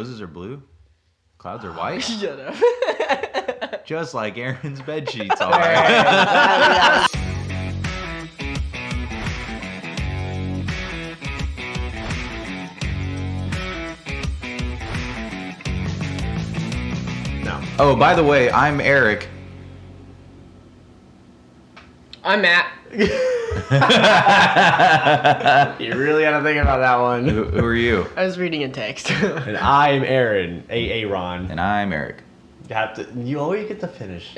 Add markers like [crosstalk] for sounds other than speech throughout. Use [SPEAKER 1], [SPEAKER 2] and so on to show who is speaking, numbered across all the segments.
[SPEAKER 1] Roses are blue. Clouds are white.
[SPEAKER 2] [laughs]
[SPEAKER 3] Shut up.
[SPEAKER 1] Just like Aaron's bed sheets are.
[SPEAKER 2] No.
[SPEAKER 1] oh, by the way, I'm Eric.
[SPEAKER 3] [laughs]
[SPEAKER 2] [laughs]
[SPEAKER 3] I'm [laughs] Matt.
[SPEAKER 2] You really gotta think about that one.
[SPEAKER 1] Who, who are you?
[SPEAKER 3] I was reading a text. [laughs] Oh,
[SPEAKER 2] And I'm Aaron, a Aaron.
[SPEAKER 1] And I'm Eric.
[SPEAKER 2] You have to. You always get to finish.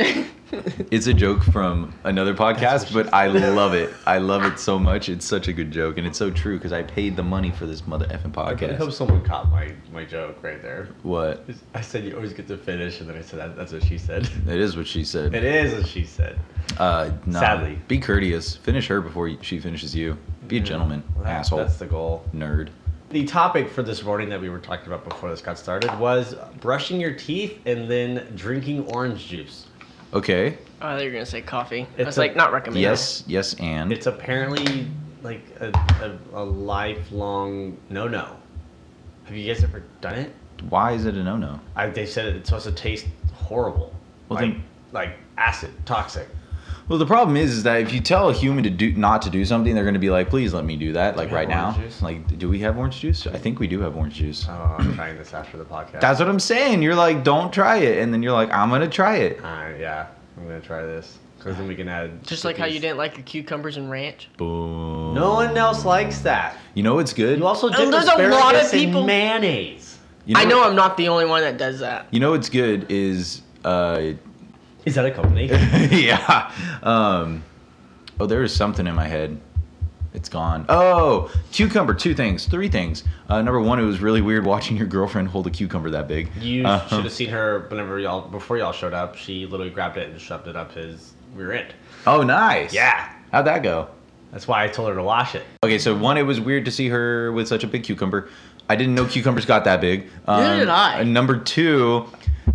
[SPEAKER 1] It's a joke from another podcast, but I love it.
[SPEAKER 2] [laughs]
[SPEAKER 1] I love it so much. It's such a good joke, and it's so true because I paid the money for this mother effing
[SPEAKER 2] I hope
[SPEAKER 1] podcast.
[SPEAKER 2] someone caught my my joke right there.
[SPEAKER 1] What?
[SPEAKER 2] I said you always get to finish, and then I said that, that's what she said. [laughs]
[SPEAKER 1] It is what she said.
[SPEAKER 2] It is what she said.
[SPEAKER 1] Uh, nah.
[SPEAKER 2] Sadly.
[SPEAKER 1] Be courteous. Finish her before you- she finishes you. Be a gentleman,
[SPEAKER 2] Well, that-
[SPEAKER 1] asshole,
[SPEAKER 2] That's the goal.
[SPEAKER 1] nerd.
[SPEAKER 2] The topic for this morning that we were talking about before this got started was brushing your teeth and then drinking orange juice.
[SPEAKER 1] Okay.
[SPEAKER 3] oh, they were gonna say coffee. I
[SPEAKER 2] It's
[SPEAKER 3] was
[SPEAKER 2] a-
[SPEAKER 3] like, not recommended.
[SPEAKER 1] Yes. Yes. And
[SPEAKER 2] It's apparently like a, a, a lifelong no no. Have you guys ever done it?
[SPEAKER 1] why is it a no-no?
[SPEAKER 2] I, they said it's supposed to taste horrible.
[SPEAKER 1] Well,
[SPEAKER 2] like,
[SPEAKER 1] then-
[SPEAKER 2] like acid, toxic.
[SPEAKER 1] Well, the problem is, is that if you tell a human to do not to do something, they're going to be like, "Please let me do that." Like
[SPEAKER 2] we
[SPEAKER 1] right
[SPEAKER 2] have
[SPEAKER 1] now,
[SPEAKER 2] orange juice?
[SPEAKER 1] like, do we have orange juice? I think we do have orange juice.
[SPEAKER 2] Oh, I'm [coughs] trying this after the podcast.
[SPEAKER 1] That's what I'm saying. You're like, "Don't try it," and then you're like, "I'm gonna try it."
[SPEAKER 2] Uh, yeah, I'm gonna try this because then we can add.
[SPEAKER 3] Just like how you
[SPEAKER 2] cookies.
[SPEAKER 3] didn't like your cucumbers and ranch.
[SPEAKER 1] Boom.
[SPEAKER 2] No one else likes that.
[SPEAKER 1] You know what's good?
[SPEAKER 2] You also
[SPEAKER 3] And
[SPEAKER 2] dip
[SPEAKER 3] Oh, there's a lot of
[SPEAKER 2] asparagus in
[SPEAKER 3] people-
[SPEAKER 2] mayonnaise.
[SPEAKER 1] You know,
[SPEAKER 3] I know
[SPEAKER 1] what-
[SPEAKER 3] I'm not the only one that does that.
[SPEAKER 1] You know what's good is, uh, [laughs]
[SPEAKER 2] Is that a combination?
[SPEAKER 1] yeah. Um, oh, there is something in my head. It's gone. Oh, cucumber. Two things. Three things. Uh, number one, it was really weird watching your girlfriend hold a cucumber that big.
[SPEAKER 2] [laughs]
[SPEAKER 1] [laughs]
[SPEAKER 2] You
[SPEAKER 1] Uh,
[SPEAKER 2] should have seen her whenever y'all before y'all showed up. She literally grabbed it and shoved it up his rear end.
[SPEAKER 1] oh, nice.
[SPEAKER 2] Yeah,
[SPEAKER 1] How'd that go?
[SPEAKER 2] that's why I told her to wash it.
[SPEAKER 1] Okay, so one, it was weird to see her with such a big cucumber. I didn't know cucumbers got that big. Um,
[SPEAKER 3] Neither did I.
[SPEAKER 1] and Number two,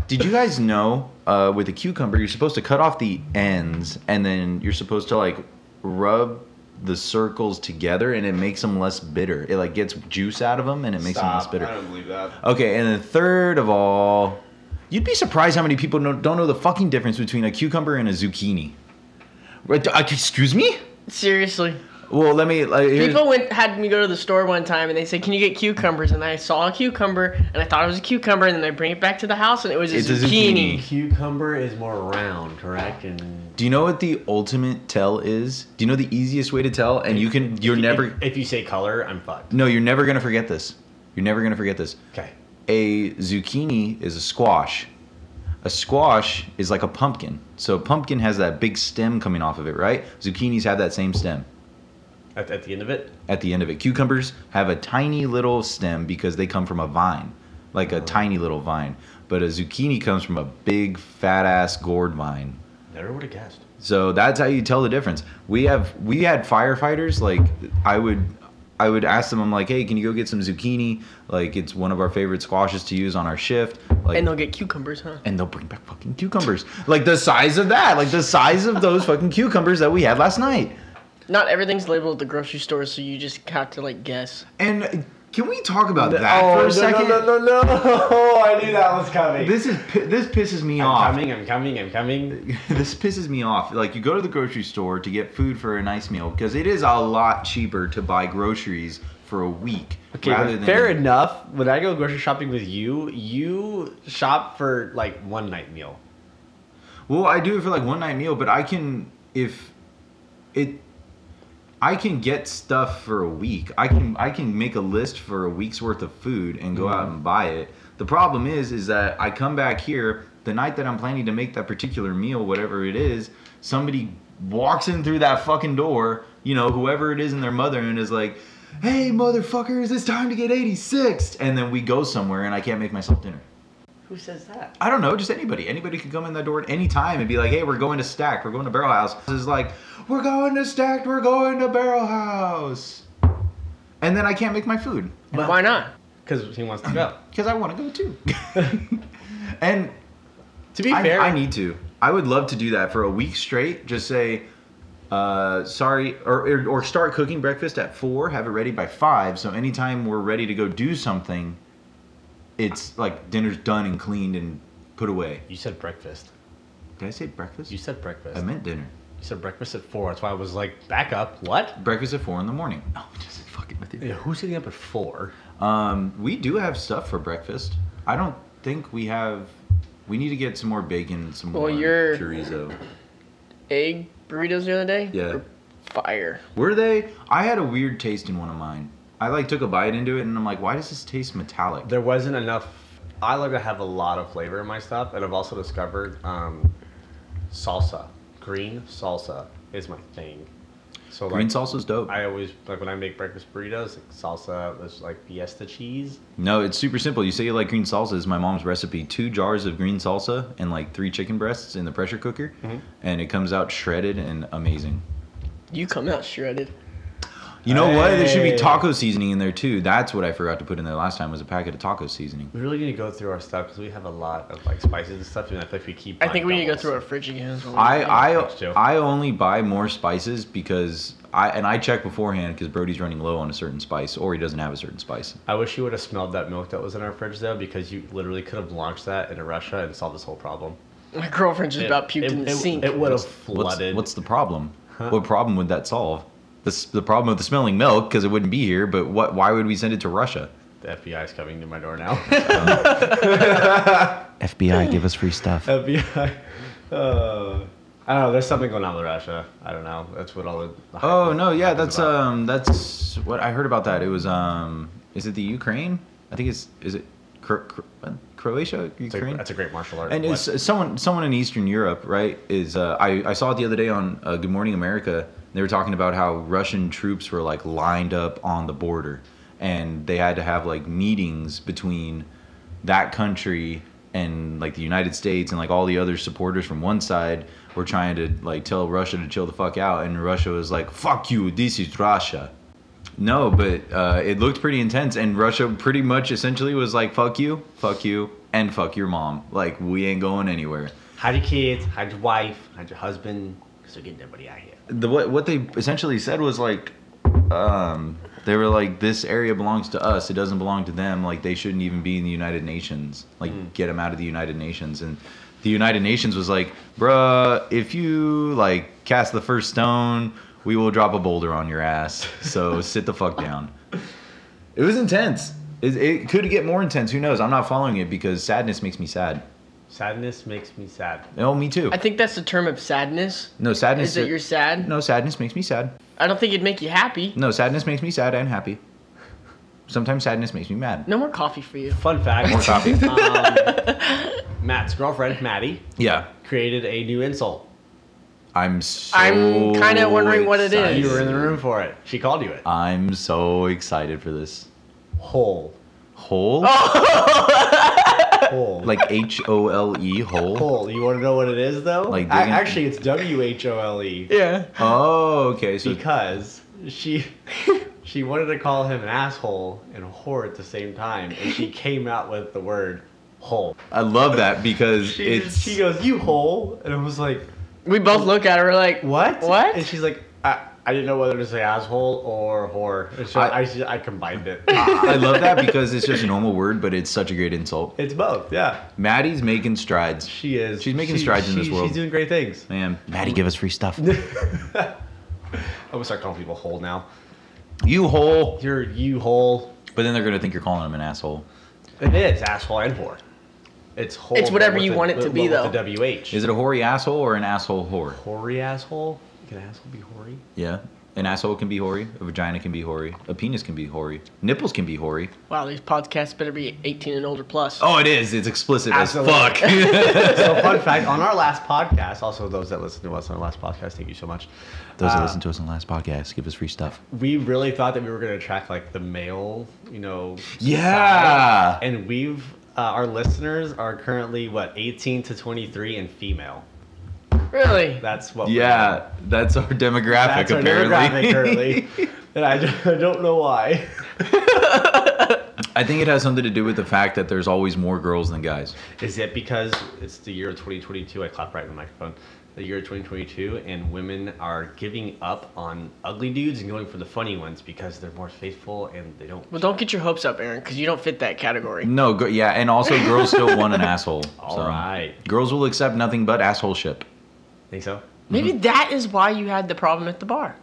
[SPEAKER 1] did you guys know uh, with a cucumber you're supposed to cut off the ends and then you're supposed to like rub the circles together and it makes them less bitter. It like gets juice out of them and it makes them less bitter.
[SPEAKER 2] don't believe that.
[SPEAKER 1] Okay, and then third of all, you'd be surprised how many people don't, don't know the fucking difference between a cucumber and a zucchini. Right, uh, Excuse me?
[SPEAKER 3] Seriously.
[SPEAKER 1] Well, let me. Like, here's-
[SPEAKER 3] People went had me go to the store one time and they said, "Can you get cucumbers?" And I saw a cucumber and I thought it was a cucumber and then I bring it back to the house and it was a,
[SPEAKER 1] It's a
[SPEAKER 3] zucchini.
[SPEAKER 1] zucchini.
[SPEAKER 2] Cucumber is more round, correct? And
[SPEAKER 1] Do you know what the ultimate tell is? Do you know the easiest way to tell? And you can, you're
[SPEAKER 2] If-
[SPEAKER 1] never,
[SPEAKER 2] If, if you say color, I'm fucked.
[SPEAKER 1] no, you're never gonna forget this. You're never gonna forget this.
[SPEAKER 2] Okay.
[SPEAKER 1] A zucchini is a squash. A squash is like a pumpkin. So a pumpkin has that big stem coming off of it, right? Zucchinis have that same stem
[SPEAKER 2] At, at the end of it,
[SPEAKER 1] at the end of it. Cucumbers have a tiny little stem because they come from a vine, like a tiny little vine. But a zucchini comes from a big, fat ass gourd vine.
[SPEAKER 2] never would have guessed.
[SPEAKER 1] So that's how you tell the difference. We have we had firefighters like I would I would ask them I'm like, "Hey, can you go get some zucchini? Like it's one of our favorite squashes to use on our shift." Like
[SPEAKER 3] And they'll get cucumbers, huh?
[SPEAKER 1] and they'll bring back fucking cucumbers. Like the size of that, like the size of those fucking cucumbers that we had last night.
[SPEAKER 3] Not everything's labeled at the grocery store, so you just have to like guess.
[SPEAKER 1] And can we talk about that for a second?
[SPEAKER 2] Oh, no, no, no! [laughs] I knew that was coming.
[SPEAKER 1] This is pi- this pisses me
[SPEAKER 2] I'm
[SPEAKER 1] off.
[SPEAKER 2] coming, I'm coming, I'm coming.
[SPEAKER 1] [laughs] this pisses me off. Like you go to the grocery store to get food for a nice meal because it is a lot cheaper to buy groceries for a week
[SPEAKER 2] Okay, but fair enough. When I go grocery shopping with you, you shop for like one night meal.
[SPEAKER 1] Well, I do it for like one night meal, but I can if it I can get stuff for a week. I can I can make a list for a week's worth of food and go out and buy it. The problem is is that I come back here the night that I'm planning to make that particular meal, whatever it is, somebody walks in through that fucking door, you know, whoever it is and their mother and is like, "Hey motherfuckers, it's time to get 86." And then we go somewhere and I can't make myself dinner.
[SPEAKER 3] Who says that?
[SPEAKER 1] I don't know, just anybody. Anybody could come in that door at any time and be like, hey, we're going to Stacked. We're going to Barrel House. It's like, we're going to Stacked. We're going to Barrel House. And then I can't make my food
[SPEAKER 3] Why not?
[SPEAKER 2] Because he wants to [clears throat] go.
[SPEAKER 1] because I want to go too. [laughs] and
[SPEAKER 2] To be
[SPEAKER 1] I,
[SPEAKER 2] fair,
[SPEAKER 1] I need to. I would love to do that for a week straight. Just say, uh, sorry, or, or, or start cooking breakfast at four, have it ready by five. So anytime we're ready to go do something, it's like dinner's done and cleaned and put away.
[SPEAKER 2] You said breakfast.
[SPEAKER 1] Did I say breakfast?
[SPEAKER 2] You said breakfast.
[SPEAKER 1] I meant dinner.
[SPEAKER 2] you said breakfast at four. That's why I was like, back up. What?
[SPEAKER 1] Breakfast at four in the morning. No, Oh, I'm just fucking with you.
[SPEAKER 2] Yeah, who's getting up at four?
[SPEAKER 1] Um, we do have stuff for breakfast. I don't think we have. We need to get some more bacon, some
[SPEAKER 3] Well,
[SPEAKER 1] more
[SPEAKER 3] you're-
[SPEAKER 1] chorizo.
[SPEAKER 3] Egg burritos the other day.
[SPEAKER 1] Yeah.
[SPEAKER 3] were Fire.
[SPEAKER 1] Were they? I had a weird taste in one of mine. I like took a bite into it and I'm like, why does this taste metallic?
[SPEAKER 2] There wasn't enough. I like to have a lot of flavor in my stuff, and I've also discovered um, salsa. Green salsa is my thing. So
[SPEAKER 1] Green
[SPEAKER 2] like,
[SPEAKER 1] salsa's dope.
[SPEAKER 2] I always like when I make breakfast burritos, like salsa is like fiesta cheese.
[SPEAKER 1] No, it's super simple. You say you like green salsa. It's my mom's recipe. Two jars of green salsa and like three chicken breasts in the pressure cooker,
[SPEAKER 2] Mm-hmm.
[SPEAKER 1] and it comes out shredded and amazing.
[SPEAKER 3] You come out shredded.
[SPEAKER 1] You know what? There should be
[SPEAKER 2] Hey.
[SPEAKER 1] taco seasoning in there too. That's what I forgot to put in there last time was a packet of taco seasoning.
[SPEAKER 2] We really need to go through our stuff because we have a lot of like spices and stuff, and I think we keep.
[SPEAKER 3] I think we need to go through our fridge again. is what we
[SPEAKER 1] I
[SPEAKER 3] need.
[SPEAKER 2] Thanks,
[SPEAKER 1] I
[SPEAKER 2] Joe.
[SPEAKER 1] I only buy more spices because I and I check beforehand because Brody's running low on a certain spice or he doesn't have a certain spice.
[SPEAKER 2] I wish you would have smelled that milk that was in our fridge though, because you literally could have launched that into Russia and solved this whole problem.
[SPEAKER 3] my girlfriend just
[SPEAKER 2] It-
[SPEAKER 3] about puked
[SPEAKER 2] it-
[SPEAKER 3] in the
[SPEAKER 2] it-
[SPEAKER 3] sink.
[SPEAKER 2] It would have
[SPEAKER 1] What's,
[SPEAKER 2] flooded.
[SPEAKER 1] what's the problem? What problem would that solve? The s the problem of the smelling milk because it wouldn't be here. But what? Why would we send it to Russia?
[SPEAKER 2] the FBI is coming to my door
[SPEAKER 1] [laughs]
[SPEAKER 2] now?
[SPEAKER 1] FBI, give us free stuff.
[SPEAKER 2] FBI. Uh, I don't know. There's something going on with Russia. I don't know. That's what all the. the hype
[SPEAKER 1] Oh
[SPEAKER 2] is-
[SPEAKER 1] no, yeah,
[SPEAKER 2] hype is
[SPEAKER 1] that's
[SPEAKER 2] about.
[SPEAKER 1] um, that's what I heard about that. It was um, is it the Ukraine? I think it's is it Cro- Cro- Croatia,
[SPEAKER 2] It's a-
[SPEAKER 1] Ukraine?
[SPEAKER 2] that's a great martial art.
[SPEAKER 1] and
[SPEAKER 2] What?
[SPEAKER 1] it's uh, someone someone in Eastern Europe, right? Is uh, I I saw it the other day on uh, Good Morning America. They were talking about how Russian troops were like lined up on the border, and they had to have like meetings between that country and like the United States and like all the other supporters from one side were trying to like tell Russia to chill the fuck out, and Russia was like, "Fuck you, this is Russia." No, but uh, it looked pretty intense, and Russia pretty much essentially was like, "Fuck you, fuck you, and fuck your mom." Like we ain't going anywhere.
[SPEAKER 2] hide your kids, hide your wife, hide your husband, because they're getting everybody out here.
[SPEAKER 1] The what what they essentially said was like, um, they were like, "This area belongs to us. It doesn't belong to them. Like they shouldn't even be in the United Nations. Like get them out of the United Nations." And the United Nations was like, "Bruh, if you like cast the first stone, we will drop a boulder on your ass. So [laughs] sit the fuck down." It was intense. It, it could get more intense. Who knows? I'm not following it because sadness makes me sad.
[SPEAKER 2] Sadness makes me sad.
[SPEAKER 1] Oh, me too.
[SPEAKER 3] I think that's the term of sadness.
[SPEAKER 1] no sadness.
[SPEAKER 3] Is that you're sad?
[SPEAKER 1] No sadness makes me sad.
[SPEAKER 3] I don't think it'd make you happy.
[SPEAKER 1] No sadness makes me sad and happy. Sometimes sadness makes me mad.
[SPEAKER 3] No more coffee for you.
[SPEAKER 2] Fun fact.
[SPEAKER 1] More coffee.
[SPEAKER 2] um, [laughs] Matt's girlfriend, Maddie,
[SPEAKER 1] Yeah,
[SPEAKER 2] created a new insult.
[SPEAKER 1] I'm. So
[SPEAKER 3] I'm kinda wondering what it
[SPEAKER 1] excited.
[SPEAKER 3] is.
[SPEAKER 2] You were in the room for it. She called you it.
[SPEAKER 1] I'm so excited for this
[SPEAKER 2] Hole.
[SPEAKER 1] hole,
[SPEAKER 3] Oh.
[SPEAKER 2] Hole.
[SPEAKER 1] like H O L E hole.
[SPEAKER 2] hole. You want to know what it is though?
[SPEAKER 1] Like
[SPEAKER 2] A-
[SPEAKER 1] digging-
[SPEAKER 2] actually, it's W H O L E
[SPEAKER 3] Yeah.
[SPEAKER 1] Oh, okay. So
[SPEAKER 2] because
[SPEAKER 1] [laughs]
[SPEAKER 2] she she wanted to call him an asshole and whore at the same time,
[SPEAKER 1] [laughs]
[SPEAKER 2] and she came out with the word hole.
[SPEAKER 1] I love that because
[SPEAKER 2] She,
[SPEAKER 1] it's.
[SPEAKER 2] just, she goes, "You hole," and I was like,
[SPEAKER 3] We both look at her we're like,
[SPEAKER 2] "What?
[SPEAKER 3] What?
[SPEAKER 2] And she's like, "I, I didn't know whether to say asshole or whore." And so
[SPEAKER 1] I-
[SPEAKER 2] I, I combined it. [laughs]
[SPEAKER 1] I love that because it's just a normal word, but it's such a great insult.
[SPEAKER 2] it's both. Yeah,
[SPEAKER 1] Maddie's making strides.
[SPEAKER 2] she is.
[SPEAKER 1] She's making strides in this world.
[SPEAKER 2] She's doing great things.
[SPEAKER 1] Man, Maddie, give us free
[SPEAKER 2] [laughs]
[SPEAKER 1] stuff.
[SPEAKER 2] I'm gonna start calling people hole now.
[SPEAKER 1] you hole.
[SPEAKER 2] You're you hole.
[SPEAKER 1] But then they're gonna think you're calling him an asshole.
[SPEAKER 2] It is asshole and whore. It's whore.
[SPEAKER 3] It's whatever
[SPEAKER 2] but
[SPEAKER 3] you
[SPEAKER 2] with
[SPEAKER 3] want it
[SPEAKER 2] a-
[SPEAKER 3] to
[SPEAKER 2] with-
[SPEAKER 3] be,
[SPEAKER 2] with
[SPEAKER 3] though.
[SPEAKER 2] The WH.
[SPEAKER 1] Is it a hoary asshole or an asshole whore?
[SPEAKER 2] hoary asshole? Can an asshole be hoary?
[SPEAKER 1] Yeah. An asshole can be hoary. A vagina can be hoary. A penis can be hoary. Nipples can be hoary.
[SPEAKER 3] wow, these podcasts better be 18 and older plus.
[SPEAKER 1] Oh, it is. It's explicit
[SPEAKER 2] Absolutely.
[SPEAKER 1] as fuck.
[SPEAKER 2] [laughs] [laughs] so fun fact on our last podcast, also those that listened to us on our last podcast, thank you so much.
[SPEAKER 1] Those that
[SPEAKER 2] Uh,
[SPEAKER 1] listened to us in the last podcast, give us free stuff.
[SPEAKER 2] We really thought that we were gonna attract like the male, you know.
[SPEAKER 1] Yeah.
[SPEAKER 2] side, And we've uh, our listeners are currently what 18 to 23 and female.
[SPEAKER 3] Really?
[SPEAKER 2] That's what. we're-
[SPEAKER 1] Yeah, that's our demographic
[SPEAKER 2] That's our
[SPEAKER 1] apparently.
[SPEAKER 2] demographic currently, [laughs] and I don't, I don't know why.
[SPEAKER 1] [laughs] I think it has something to do with the fact that there's always more girls than guys.
[SPEAKER 2] Is it because it's the year of 2022? I clapped right in the microphone. the year 2022, and women are giving up on ugly dudes and going for the funny ones because they're more faithful and they don't.
[SPEAKER 3] Well, don't get your hopes up, Aaron, because you don't fit that category.
[SPEAKER 1] No, go, yeah, and also girls still want an
[SPEAKER 2] [laughs]
[SPEAKER 1] asshole.
[SPEAKER 2] All right,
[SPEAKER 1] so. Girls will accept nothing but asshole ship.
[SPEAKER 2] Think so?
[SPEAKER 1] Mm-hmm.
[SPEAKER 3] Maybe that is why you had the problem at the bar,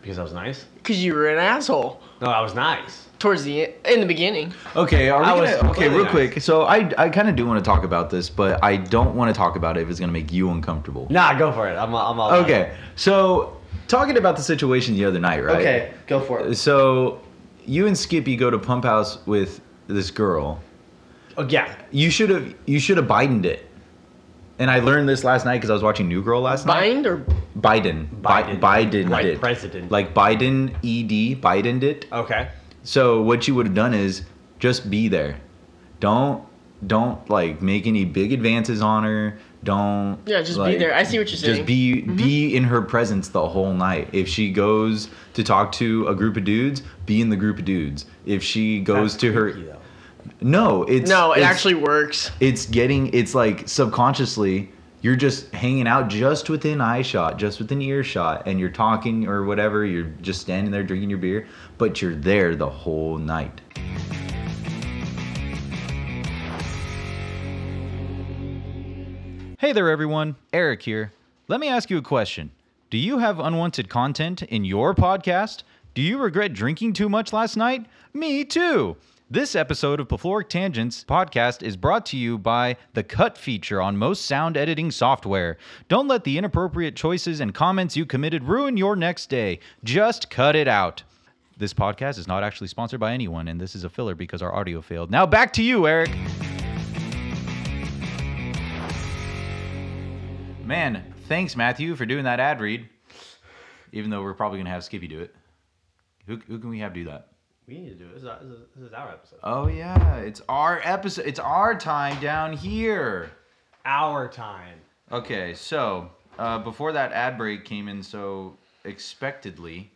[SPEAKER 2] Because I was nice?
[SPEAKER 3] because you were an asshole
[SPEAKER 2] No, I was nice.
[SPEAKER 3] towards the e- in the beginning.
[SPEAKER 1] Okay, are we
[SPEAKER 2] I
[SPEAKER 1] gonna-
[SPEAKER 2] was
[SPEAKER 1] okay,
[SPEAKER 2] completely
[SPEAKER 1] real
[SPEAKER 2] nice.
[SPEAKER 1] quick. So I, I kind of do want to talk about this, but I don't want to talk about it if it's gonna make you uncomfortable.
[SPEAKER 2] Nah, go for it. I'm, I'm all
[SPEAKER 1] Okay, so talking about the situation the other night, right?
[SPEAKER 2] go for
[SPEAKER 1] So you and Skippy go to Pump House with this girl.
[SPEAKER 2] Oh, yeah.
[SPEAKER 1] You should have you should have Bidened it. And I learned this last night because I was watching New Girl last night.
[SPEAKER 3] Bind or
[SPEAKER 1] Biden. Biden.
[SPEAKER 2] Biden.
[SPEAKER 1] Biden.
[SPEAKER 2] Like
[SPEAKER 1] it.
[SPEAKER 2] president.
[SPEAKER 1] Like Biden, ED, Bidened it.
[SPEAKER 2] Okay.
[SPEAKER 1] So what you would have done is just be there. Don't don't like make any big advances on her. Don't
[SPEAKER 3] Yeah, just be
[SPEAKER 1] like,
[SPEAKER 3] there. I see what you're saying. Mm-hmm.
[SPEAKER 1] Just be be in her presence the whole night. If she goes to talk to a group of dudes, be in the group of dudes. If she goes
[SPEAKER 2] That's
[SPEAKER 1] to her
[SPEAKER 2] creepy, though.
[SPEAKER 1] No, it's
[SPEAKER 3] no, it
[SPEAKER 1] it's-
[SPEAKER 3] actually works.
[SPEAKER 1] it's getting it's like subconsciously you're just hanging out just within eye shot just within earshot and you're talking or whatever you're just standing there drinking your beer but you're there the whole night hey there everyone eric here let me ask you a question do you have unwanted content in your podcast do you regret drinking too much last night me too this episode of Plethoric Tangents podcast is brought to you by the cut feature on most sound editing software. Don't let the inappropriate choices and comments you committed ruin your next day. Just cut it out. This podcast is not actually sponsored by anyone, and this is a filler because our audio failed. Now back to you, Eric. Man, thanks, Matthew, for doing that ad read. Even though we're probably going to have Skippy do it. Who, who can we have do that?
[SPEAKER 2] We need to do it. This is, our- this is- this is our episode.
[SPEAKER 1] Oh yeah, it's our episode. It's our time down here.
[SPEAKER 2] Our time.
[SPEAKER 1] Okay, so uh, before that ad break came in so expectedly,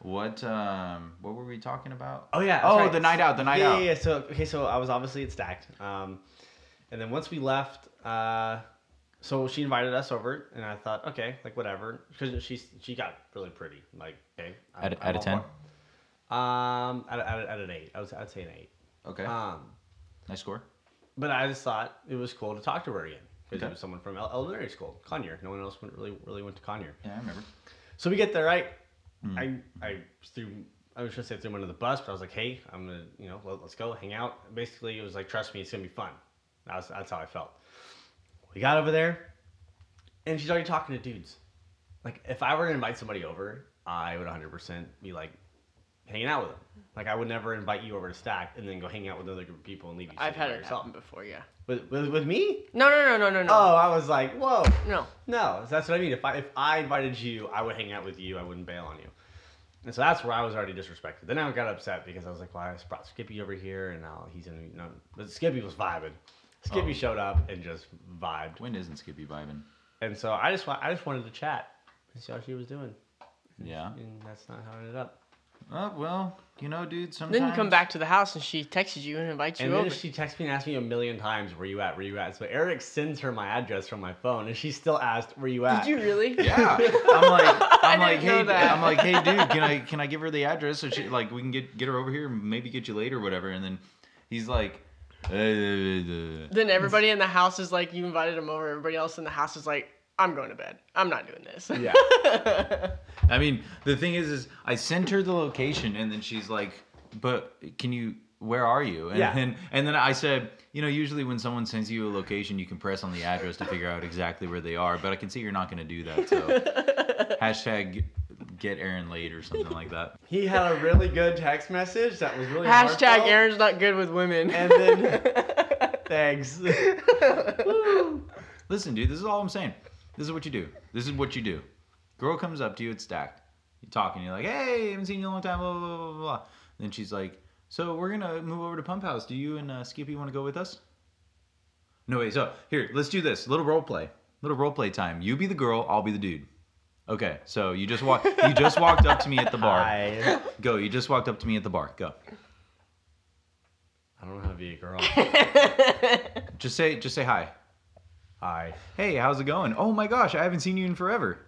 [SPEAKER 1] what um what were we talking about?
[SPEAKER 2] Oh yeah. that's
[SPEAKER 1] Oh,
[SPEAKER 2] right.
[SPEAKER 1] the night out. The night
[SPEAKER 2] yeah,
[SPEAKER 1] out.
[SPEAKER 2] Yeah, yeah. So okay, so I was obviously at Stacked, um, and then once we left, uh, so she invited us over, and I thought, okay, like whatever, because she she got really pretty, like okay. I'm-
[SPEAKER 1] Out of-
[SPEAKER 2] I'm
[SPEAKER 1] out of
[SPEAKER 2] all
[SPEAKER 1] 10?
[SPEAKER 2] for- Um, out of, out, of, out of an eight, I was I'd say an eight.
[SPEAKER 1] Okay,
[SPEAKER 2] Um,
[SPEAKER 1] nice score.
[SPEAKER 2] but I just thought it was cool to talk to her again because
[SPEAKER 1] Okay.
[SPEAKER 2] it was someone from el- elementary school, Conyer. No one else went, really really went to Conyer.
[SPEAKER 1] Yeah, I remember.
[SPEAKER 2] So we get there, right? I I threw I was gonna say threw him under the bus, but I was like, hey, I'm gonna you know let, us go hang out. Basically, it was like trust me, it's gonna be fun. That was, that's how I felt. We got over there, and she's already talking to dudes. Like if I were to invite somebody over, I would 100% be like hanging out with them. Like I would never invite you over to Stack and then go hang out with another group of people and leave you.
[SPEAKER 3] I've
[SPEAKER 2] sitting
[SPEAKER 3] had
[SPEAKER 2] by
[SPEAKER 3] it
[SPEAKER 2] yourself.
[SPEAKER 3] happen before. Yeah.
[SPEAKER 2] With, with with me?
[SPEAKER 3] No, no, no, no, no, no.
[SPEAKER 2] Oh, I was like, whoa.
[SPEAKER 3] No.
[SPEAKER 2] No, that's what I mean. If I if I invited you, I would hang out with you. I wouldn't bail on you. And so that's where I was already disrespected. Then I got upset because I was like, "Why I brought Skippy over here?" And now he's in. You know, but Skippy was vibing. Skippy
[SPEAKER 1] Oh.
[SPEAKER 2] showed up and just vibed.
[SPEAKER 1] When isn't Skippy vibing?
[SPEAKER 2] And so I just wa- I just wanted to chat and see how she was doing.
[SPEAKER 1] Yeah.
[SPEAKER 2] And that's not how it ended up.
[SPEAKER 1] Oh well, you know, dude. Sometimes.
[SPEAKER 3] Then you come back to the house and she texted you and invites you
[SPEAKER 2] And
[SPEAKER 3] over.
[SPEAKER 2] then she texted me and asked me a million times, "Where you at? Where you at?" So Eric sends her my address from my phone, and she still asked, "Where you at?"
[SPEAKER 3] Did you really?
[SPEAKER 1] Yeah, I'm like,
[SPEAKER 3] [laughs]
[SPEAKER 1] I'm like,
[SPEAKER 3] didn't know
[SPEAKER 1] hey,
[SPEAKER 3] that.
[SPEAKER 1] I'm like, hey, dude, can
[SPEAKER 3] [laughs]
[SPEAKER 1] I can I give her the address so she like we can get get her over here, maybe get you late or whatever. And then he's like, uh,
[SPEAKER 3] Then everybody in the house is like, you invited him over. Everybody else in the house is like, I'm going to bed. I'm not doing this.
[SPEAKER 2] [laughs] Yeah.
[SPEAKER 1] I mean, the thing is, is I sent her the location, and then she's like, "But can you? Where are you?" And
[SPEAKER 2] Yeah.
[SPEAKER 1] then, and then I said, "You know, usually when someone sends you a location, you can press on the address to figure out exactly where they are. But I can see you're not going to do that. So
[SPEAKER 3] [laughs]
[SPEAKER 1] hashtag get Aaron late or something like that.
[SPEAKER 2] He had a really good text message that was
[SPEAKER 3] [laughs]
[SPEAKER 2] really
[SPEAKER 3] Hashtag
[SPEAKER 2] heartfelt.
[SPEAKER 3] Aaron's not good with women.
[SPEAKER 2] And then thanks.
[SPEAKER 1] Listen, dude, this is all I'm saying. This is what you do. This is what you do. Girl comes up to you, it's stacked. You're talking. You're like, "Hey, haven't seen you in a long time." Blah blah blah blah. blah. Then she's like, "So we're gonna move over to Pump House. Do you and uh, Skippy want to go with us?" No way. So here, let's do this. Little role play. Little role play time. You be the girl. I'll be the dude. Okay. So you just walk. you just walked up to me at the
[SPEAKER 2] [laughs]
[SPEAKER 1] bar.
[SPEAKER 2] I,
[SPEAKER 1] Go. You just walked up to me at the bar. Go.
[SPEAKER 2] I don't know how to be a girl.
[SPEAKER 1] Just say. Just say hi.
[SPEAKER 2] I
[SPEAKER 1] Hey, how's it going? Oh my gosh, I haven't seen you in forever.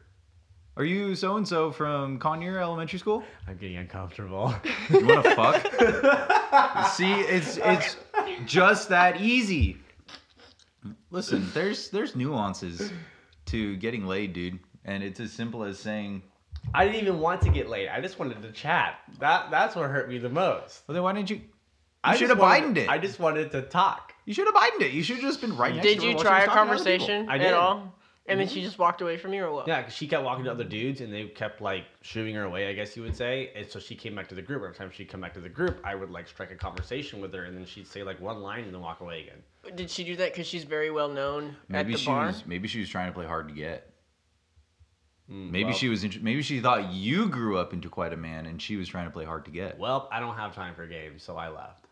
[SPEAKER 1] Are you so and so from Conyer Elementary School?
[SPEAKER 2] I'm getting uncomfortable.
[SPEAKER 1] You want to fuck? [laughs] See, it's it's just that easy. Listen, there's there's nuances to getting laid, dude, and it's as simple as saying,
[SPEAKER 2] [laughs] I didn't even want to get laid. I just wanted to chat. That that's what hurt me the most.
[SPEAKER 1] "Well, then why didn't you?
[SPEAKER 2] I
[SPEAKER 1] You should have
[SPEAKER 2] just wanted-
[SPEAKER 1] bidened it.
[SPEAKER 2] I just wanted to talk.
[SPEAKER 1] You should have bidened it. You should have just been right next
[SPEAKER 3] [laughs] Did
[SPEAKER 1] to her
[SPEAKER 3] you
[SPEAKER 1] while she
[SPEAKER 3] try
[SPEAKER 1] was
[SPEAKER 3] a
[SPEAKER 1] talking to other people." Mm-hmm.
[SPEAKER 3] conversation
[SPEAKER 2] I
[SPEAKER 3] at
[SPEAKER 2] did.
[SPEAKER 3] all? And then she just walked away from you, or what?
[SPEAKER 2] Yeah, 'cause she kept walking to other dudes, and they kept like shooing her away. I guess you would say. And so she came back to the group. Every time she'd come back to the group, I would like strike a conversation with her, and then she'd say like one line and then walk away again.
[SPEAKER 3] Did she do that because she's very well known
[SPEAKER 1] Maybe
[SPEAKER 3] at the
[SPEAKER 1] she
[SPEAKER 3] bar?
[SPEAKER 1] was maybe she was trying to play hard to get.
[SPEAKER 2] Mm,
[SPEAKER 1] Maybe
[SPEAKER 2] well-
[SPEAKER 1] she was int- maybe she thought you grew up into quite a man and she was trying to play hard to get.
[SPEAKER 2] Well, I don't have time for games, so I left.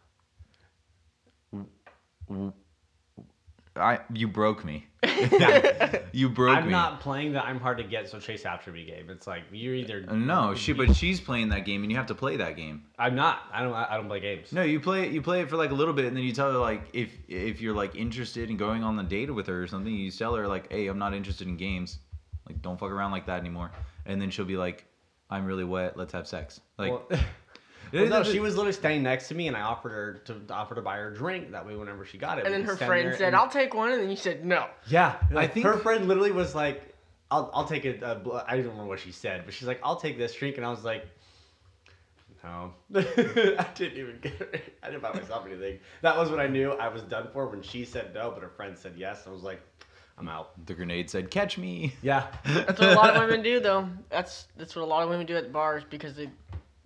[SPEAKER 1] I you broke
[SPEAKER 2] [laughs]
[SPEAKER 1] me. [laughs] you broke
[SPEAKER 2] I'm
[SPEAKER 1] me.
[SPEAKER 2] not playing the I'm hard to get, so chase after me game. It's like you're either
[SPEAKER 1] Uh, no, she but she's playing that game and you have to play that game.
[SPEAKER 2] I'm not. I don't. I don't play games.
[SPEAKER 1] No, you play it you play it for like a little bit and then you tell her like if if you're like interested in going on the date with her or something, you tell her like, "Hey, I'm not interested in games. Like don't fuck around like that anymore." And then she'll be like, "I'm really wet. Let's have sex." Like
[SPEAKER 2] Well-
[SPEAKER 1] [laughs]
[SPEAKER 2] Well, no, she was literally standing next to me, and I offered her to offer to buy her a drink. That way, whenever she got it,
[SPEAKER 3] and
[SPEAKER 2] we
[SPEAKER 3] then
[SPEAKER 2] could
[SPEAKER 3] her
[SPEAKER 2] stand
[SPEAKER 3] friend
[SPEAKER 2] there
[SPEAKER 3] said,
[SPEAKER 2] and-
[SPEAKER 3] "I'll take one," and then you said no.
[SPEAKER 2] Yeah, I
[SPEAKER 1] think-
[SPEAKER 2] think her friend literally was like, "I'll, I'll take it." I don't remember what she said, but she's like, "I'll take this drink," and I was like, "No, [laughs] I didn't even get her. I didn't buy myself anything." That was when I knew I was done for when she said no, but her friend said yes. I was like, "I'm out."
[SPEAKER 1] the grenade said, "Catch me." [laughs]
[SPEAKER 2] Yeah,
[SPEAKER 3] That's what a lot of women do, though. That's that's what a lot of women do at bars because they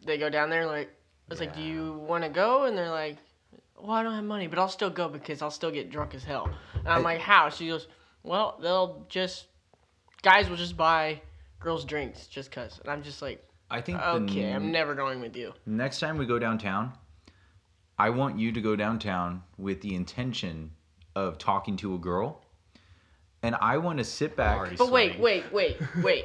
[SPEAKER 3] they go down there like it's like, "Do
[SPEAKER 2] Yeah.
[SPEAKER 3] you want to go?" And they're like, "Well, I don't have money, but I'll still go because I'll still get drunk as hell." And I'm like, "How?" She goes, "Well, they'll just guys will just buy girls drinks just cause." And I'm just like,
[SPEAKER 1] I think the
[SPEAKER 3] "Okay, I'm never going with you."
[SPEAKER 1] next time we go downtown, I want you to go downtown with the intention of talking to a girl, and I want to sit back.
[SPEAKER 2] Already
[SPEAKER 3] But wait,
[SPEAKER 2] Swing.
[SPEAKER 3] wait, wait, wait.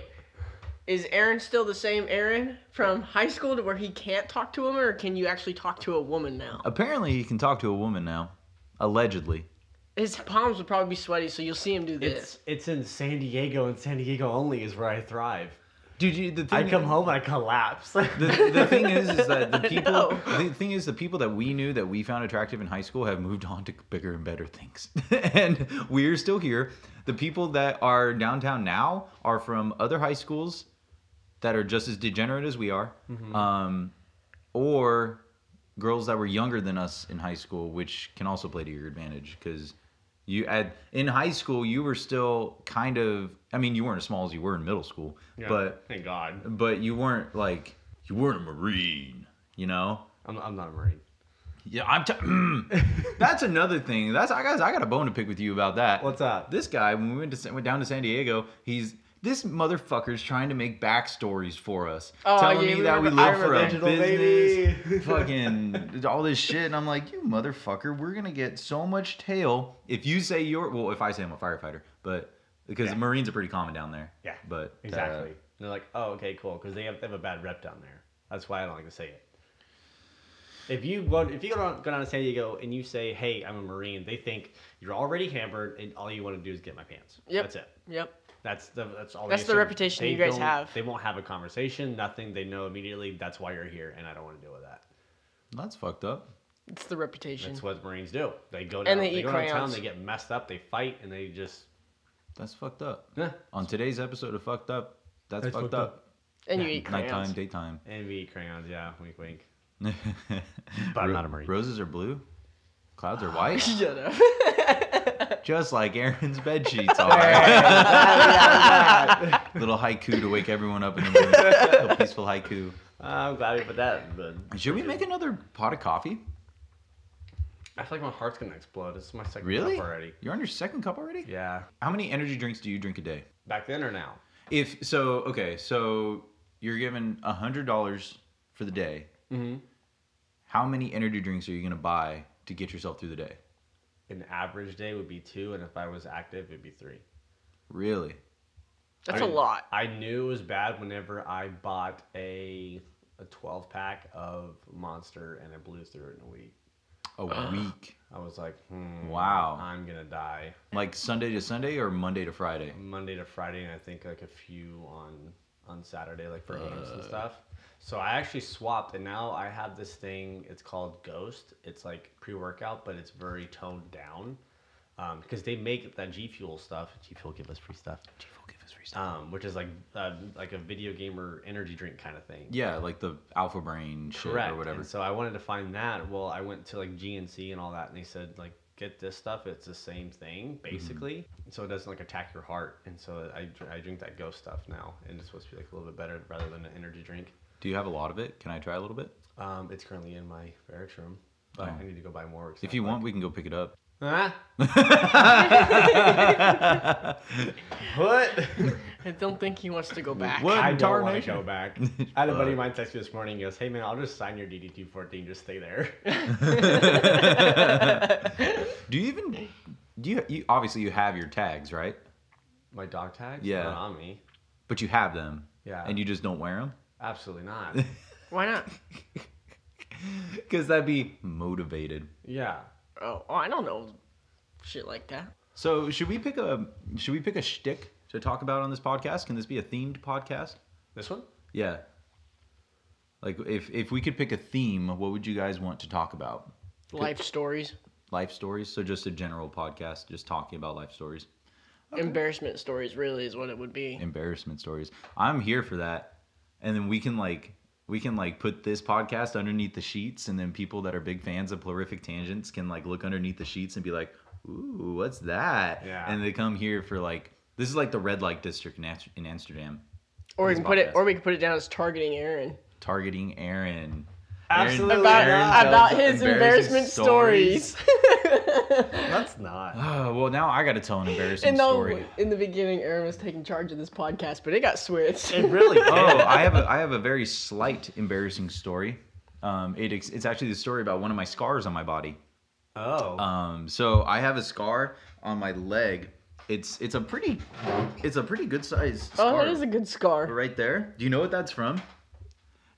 [SPEAKER 3] Is Aaron still the same Aaron from high school to where he can't talk to a woman, or can you actually talk to a woman now?
[SPEAKER 1] Apparently, he can talk to a woman now, allegedly.
[SPEAKER 3] His palms would probably be sweaty, so you'll see him do this.
[SPEAKER 2] it's it's in San Diego, and San Diego only is where I thrive.
[SPEAKER 1] Dude, you- the thing
[SPEAKER 2] I come home, and I collapse. [laughs]
[SPEAKER 1] The, the thing is, is that the
[SPEAKER 3] [laughs] I
[SPEAKER 1] people.
[SPEAKER 3] know.
[SPEAKER 1] The thing is, the people that we knew that we found attractive in high school have moved on to bigger and better things, [laughs] and we're still here. The people that are downtown now are from other high schools that are just as degenerate as we are, um, or girls that were younger than us in high school, which can also play to your advantage because you at in high school you were still kind of. I mean, you weren't as small as you were in middle school,
[SPEAKER 2] Yeah,
[SPEAKER 1] but
[SPEAKER 2] thank God,
[SPEAKER 1] but you weren't like you weren't a marine you know
[SPEAKER 2] I'm, I'm not a marine.
[SPEAKER 1] yeah i'm t- [clears throat] that's another thing that's i guys i got a bone to pick with you about that
[SPEAKER 2] What's up?
[SPEAKER 1] this guy when we went to Sa- went down to san diego he's this motherfucker's trying to make backstories for us
[SPEAKER 3] Oh,
[SPEAKER 1] telling
[SPEAKER 3] yeah,
[SPEAKER 1] me
[SPEAKER 3] we
[SPEAKER 1] that we
[SPEAKER 3] remember- I
[SPEAKER 1] live for a
[SPEAKER 3] remember
[SPEAKER 2] Digital
[SPEAKER 1] business
[SPEAKER 2] baby. [laughs]
[SPEAKER 1] fucking all this shit and i'm like you motherfucker we're gonna get so much tail if you say you're well if i say i'm a firefighter but because
[SPEAKER 2] Yeah.
[SPEAKER 1] marines are pretty common down there
[SPEAKER 2] Yeah,
[SPEAKER 1] but uh,
[SPEAKER 2] Exactly. And they're like, oh, okay, cool, because they have, they have a bad rep down there. That's why I don't like to say it. If you go, if you go down, go down to San Diego and you say, "Hey, I'm a Marine," they think you're already hammered, and all you want to do is get my pants.
[SPEAKER 3] Yep.
[SPEAKER 2] That's it.
[SPEAKER 3] Yep.
[SPEAKER 2] That's the that's all.
[SPEAKER 3] That's
[SPEAKER 2] they
[SPEAKER 3] the
[SPEAKER 2] assume.
[SPEAKER 3] reputation
[SPEAKER 2] They
[SPEAKER 3] you guys
[SPEAKER 2] don't-
[SPEAKER 3] have.
[SPEAKER 2] They won't have a conversation. Nothing. They know immediately. That's why you're here, and I don't want to deal with that.
[SPEAKER 1] that's fucked up
[SPEAKER 3] It's the reputation.
[SPEAKER 1] Mm.
[SPEAKER 2] That's what Marines do. They go down.
[SPEAKER 3] And they
[SPEAKER 2] they
[SPEAKER 3] eat
[SPEAKER 2] go downtown.
[SPEAKER 3] crayons.
[SPEAKER 2] They get messed up. They fight, and they just.
[SPEAKER 1] that's fucked up
[SPEAKER 2] eh,
[SPEAKER 1] On today's episode of Fucked Up, that's,
[SPEAKER 2] That's
[SPEAKER 1] fucked,
[SPEAKER 2] fucked
[SPEAKER 1] up.
[SPEAKER 3] and you eat
[SPEAKER 1] Nighttime,
[SPEAKER 3] crayons.
[SPEAKER 1] daytime.
[SPEAKER 2] And we eat crayons. Yeah, wink, wink.
[SPEAKER 1] [laughs] but
[SPEAKER 2] I'm not a Marine.
[SPEAKER 1] Roses are blue, clouds are white, [laughs]
[SPEAKER 3] [laughs] Shut up.
[SPEAKER 1] just like Aaron's bed [laughs] sheets are. Little haiku to wake everyone up in the morning. [laughs] A peaceful haiku.
[SPEAKER 2] I'm glad we put that. But
[SPEAKER 1] Should we make another pot of coffee?
[SPEAKER 2] I feel like my heart's gonna explode. This is my second
[SPEAKER 1] Really?
[SPEAKER 2] cup already.
[SPEAKER 1] You're on your second cup already?
[SPEAKER 2] Yeah.
[SPEAKER 1] How many energy drinks do you drink a day?
[SPEAKER 2] Back then or now?
[SPEAKER 1] If so, okay, so you're given a hundred dollars for the day. Mm-hmm.
[SPEAKER 2] Mhm.
[SPEAKER 1] How many energy drinks are you gonna buy to get yourself through the day?
[SPEAKER 2] An average day would be two, and if I was active, it'd be three.
[SPEAKER 1] Really?
[SPEAKER 3] That's
[SPEAKER 2] I
[SPEAKER 3] a
[SPEAKER 2] mean,
[SPEAKER 3] lot.
[SPEAKER 2] I knew it was bad whenever I bought a a 12 pack of Monster and I blew through it in a week.
[SPEAKER 1] a week.
[SPEAKER 2] I was like, hmm,
[SPEAKER 1] Wow.
[SPEAKER 2] I'm gonna die.
[SPEAKER 1] Like Sunday to Sunday or Monday to Friday?
[SPEAKER 2] Monday to Friday, and I think like a few on on Saturday, like for games and stuff. So I actually swapped, and now I have this thing. It's called Ghost. It's like pre-workout, but it's very toned down because they make that G Fuel stuff. G Fuel give us free stuff. G Fuel give us free stuff, um, which is like uh, like a video gamer energy drink kind of thing.
[SPEAKER 1] Yeah, like the Alpha Brain shit
[SPEAKER 2] Correct.
[SPEAKER 1] or whatever.
[SPEAKER 2] And so I wanted to find that. Well, I went to like GNC and all that, and they said like get this stuff. It's the same thing
[SPEAKER 1] Mm-hmm.
[SPEAKER 2] basically. So it doesn't like attack your heart. And so I, dr- I drink that Ghost stuff now, and it's supposed to be like a little bit better rather than an energy drink.
[SPEAKER 1] Do you have a lot of it? Can I try a little bit?
[SPEAKER 2] Um, it's currently in my barracks room, but
[SPEAKER 1] Oh.
[SPEAKER 2] I need to go buy more. 'cause
[SPEAKER 1] If
[SPEAKER 2] I
[SPEAKER 1] you
[SPEAKER 2] like-
[SPEAKER 1] want, we can go pick it up.
[SPEAKER 2] [laughs]
[SPEAKER 1] [laughs]
[SPEAKER 2] Huh? what?
[SPEAKER 1] [laughs]
[SPEAKER 3] I don't think he wants to go back.
[SPEAKER 1] What?
[SPEAKER 2] I don't want to
[SPEAKER 1] Darnation. [laughs]
[SPEAKER 2] go back. I had a buddy of mine text me this morning. He goes, "Hey man, I'll just sign your DD two fourteen. Just stay there." [laughs]
[SPEAKER 1] Do you even? Do you, you obviously you have your tags right?
[SPEAKER 2] my dog tags?
[SPEAKER 1] Yeah.
[SPEAKER 2] Not on me.
[SPEAKER 1] But you have them.
[SPEAKER 2] Yeah.
[SPEAKER 1] And you just don't wear them
[SPEAKER 2] Absolutely not.
[SPEAKER 1] [laughs]
[SPEAKER 3] Why not?
[SPEAKER 1] because that'd be motivated.
[SPEAKER 2] yeah.
[SPEAKER 3] Oh, oh, I don't know shit like that.
[SPEAKER 1] So should we pick a should we pick a shtick to talk about on this podcast? Can this be a themed podcast?
[SPEAKER 2] This one?
[SPEAKER 1] Yeah. Like if if we could pick a theme, what would you guys want to talk about?
[SPEAKER 3] Life stories,
[SPEAKER 1] Life stories. So just a general podcast, just talking about life stories,
[SPEAKER 3] embarrassment stories, really is what it would be.
[SPEAKER 1] embarrassment stories. I'm here for that, and then we can like we can like put this podcast underneath the sheets, and then people that are big fans of Plurific Tangents can like look underneath the sheets and be like, "Ooh, what's that?"
[SPEAKER 2] Yeah.
[SPEAKER 1] And they come here for like this is like the red light district in Amst- in Amsterdam.
[SPEAKER 3] Or we
[SPEAKER 1] These
[SPEAKER 3] can put it,
[SPEAKER 1] podcasts.
[SPEAKER 3] or we can put it down as targeting Aaron
[SPEAKER 1] targeting Aaron.
[SPEAKER 2] Absolutely
[SPEAKER 3] about,
[SPEAKER 2] Aaron tells
[SPEAKER 3] about his embarrassment stories. [laughs]
[SPEAKER 2] That's not.
[SPEAKER 1] Uh, well, now I got to tell an embarrassing
[SPEAKER 3] in the
[SPEAKER 1] story.
[SPEAKER 3] in the beginning, Aaron was taking charge of this podcast, but it got switched.
[SPEAKER 2] It [laughs] really did.
[SPEAKER 1] [laughs] Oh, I have a I have a very slight embarrassing story. Um, it ex- it's actually the story about one of my scars on my body.
[SPEAKER 2] Oh.
[SPEAKER 1] Um, so I have a scar on my leg. It's it's a pretty it's a pretty good size
[SPEAKER 3] [laughs] oh,
[SPEAKER 1] scar
[SPEAKER 3] that is a good scar.
[SPEAKER 1] right there. Do you know what that's from?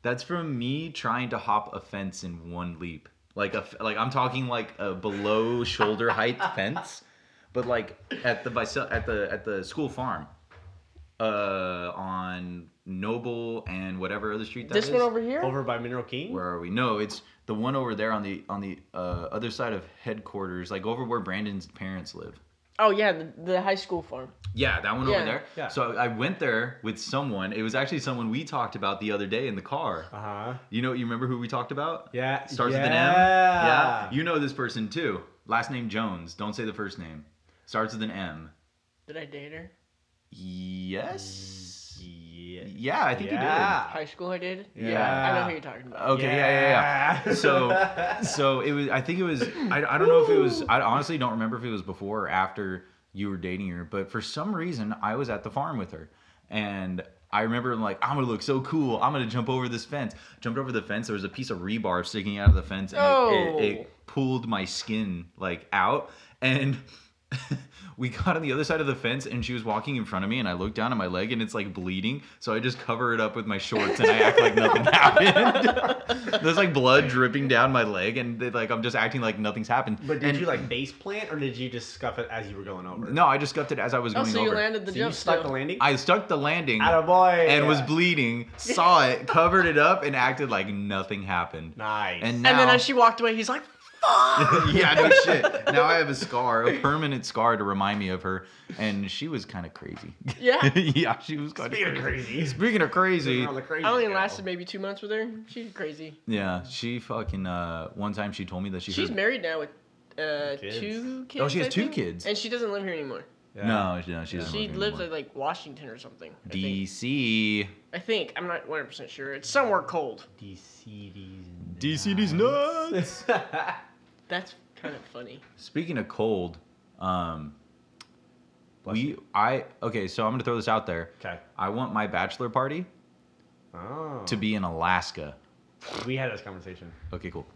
[SPEAKER 1] That's from me trying to hop a fence in one leap. Like a f- like I'm talking like a below
[SPEAKER 3] [laughs]
[SPEAKER 1] shoulder height fence, but like at the bice- at the at the school farm, uh, on Noble and whatever other street that
[SPEAKER 3] This
[SPEAKER 1] is.
[SPEAKER 3] one over here.
[SPEAKER 2] Over by Mineral King?
[SPEAKER 1] Where are we? No, it's the one over there on the on the uh, other side of headquarters, like over where Brandon's parents live.
[SPEAKER 3] Oh yeah, the, the high school farm.
[SPEAKER 1] Yeah, that one
[SPEAKER 3] Yeah.
[SPEAKER 1] over there.
[SPEAKER 2] Yeah.
[SPEAKER 1] So I went there with someone. It was actually someone we talked about the other day in the car.
[SPEAKER 2] Uh huh.
[SPEAKER 1] You know, you remember who we talked about?
[SPEAKER 2] Yeah.
[SPEAKER 1] Starts
[SPEAKER 2] yeah.
[SPEAKER 1] with an M. Yeah. You know this person too. Last name Jones. Don't say the first name. Starts with an M.
[SPEAKER 3] Did I date her?
[SPEAKER 1] Yes.
[SPEAKER 2] yeah.
[SPEAKER 1] Mm. Yeah, I think
[SPEAKER 2] Yeah.
[SPEAKER 3] High school, I dated.
[SPEAKER 1] Yeah.
[SPEAKER 3] I know who you're talking
[SPEAKER 1] you
[SPEAKER 3] about.
[SPEAKER 1] did. Okay. Yeah. Yeah. yeah.
[SPEAKER 2] Yeah. [laughs]
[SPEAKER 1] so so it was i think it was i, I don't know if it was i honestly don't remember if it was before or after you were dating her but for some reason i was at the farm with her and i remember like i'm gonna look so cool i'm gonna jump over this fence jumped over the fence there was a piece of rebar sticking out of the fence and it, it,
[SPEAKER 3] Oh.
[SPEAKER 1] it pulled my skin like out and [laughs] we got on the other side of the fence and she was walking in front of me and i looked down at my leg and it's like bleeding so i just cover it up with my shorts and i act like nothing happened [laughs] there's like blood dripping down my leg and they, like i'm just acting like nothing's happened
[SPEAKER 2] But did
[SPEAKER 1] And-
[SPEAKER 2] you like base plant or did you just scuff it as you were going over?
[SPEAKER 1] no i just scuffed it as i was
[SPEAKER 3] Oh,
[SPEAKER 1] going
[SPEAKER 3] so you
[SPEAKER 1] over
[SPEAKER 3] landed the
[SPEAKER 2] So you
[SPEAKER 3] jump
[SPEAKER 2] stuck the
[SPEAKER 3] still.
[SPEAKER 2] landing?
[SPEAKER 1] i stuck the landing
[SPEAKER 2] Out boy.
[SPEAKER 1] and was bleeding saw it covered it up and acted like nothing happened
[SPEAKER 2] Nice.
[SPEAKER 1] and now
[SPEAKER 3] And then
[SPEAKER 1] [laughs]
[SPEAKER 3] as she walked away, he's like, [laughs]
[SPEAKER 1] yeah, no shit. Now I have a scar, a permanent scar to remind me of her, and she was kind of crazy. [laughs]
[SPEAKER 3] "Yeah."
[SPEAKER 1] yeah, she was kind
[SPEAKER 2] Speaking of crazy.
[SPEAKER 1] Speaking of crazy,
[SPEAKER 2] You're on the crazy
[SPEAKER 3] I only
[SPEAKER 2] scale.
[SPEAKER 3] lasted maybe two months with her. She's crazy.
[SPEAKER 1] yeah, she fucking uh, one time she told me that she
[SPEAKER 3] She's
[SPEAKER 1] heard-
[SPEAKER 3] married now with uh,
[SPEAKER 2] Kids.
[SPEAKER 3] two kids.
[SPEAKER 1] Oh, she has
[SPEAKER 3] I
[SPEAKER 1] two
[SPEAKER 3] think?
[SPEAKER 1] kids.
[SPEAKER 3] And she doesn't live here anymore.
[SPEAKER 2] Yeah.
[SPEAKER 1] no, she- no, she doesn't.
[SPEAKER 3] She
[SPEAKER 1] live
[SPEAKER 3] lives at
[SPEAKER 1] anymore.
[SPEAKER 3] like Washington or something. I think.
[SPEAKER 1] DC.
[SPEAKER 3] I think. I'm not 100% sure. It's somewhere cold.
[SPEAKER 2] DCD's
[SPEAKER 1] DCD's nuts.
[SPEAKER 3] That's kind of funny.
[SPEAKER 1] Speaking of cold, um,
[SPEAKER 2] Bless
[SPEAKER 1] we I okay, so I'm gonna throw this out there.
[SPEAKER 2] [laughs] Okay.
[SPEAKER 1] I want my bachelor party
[SPEAKER 2] Oh.
[SPEAKER 1] to be in Alaska.
[SPEAKER 2] We had this conversation.
[SPEAKER 1] Okay, cool. Okay,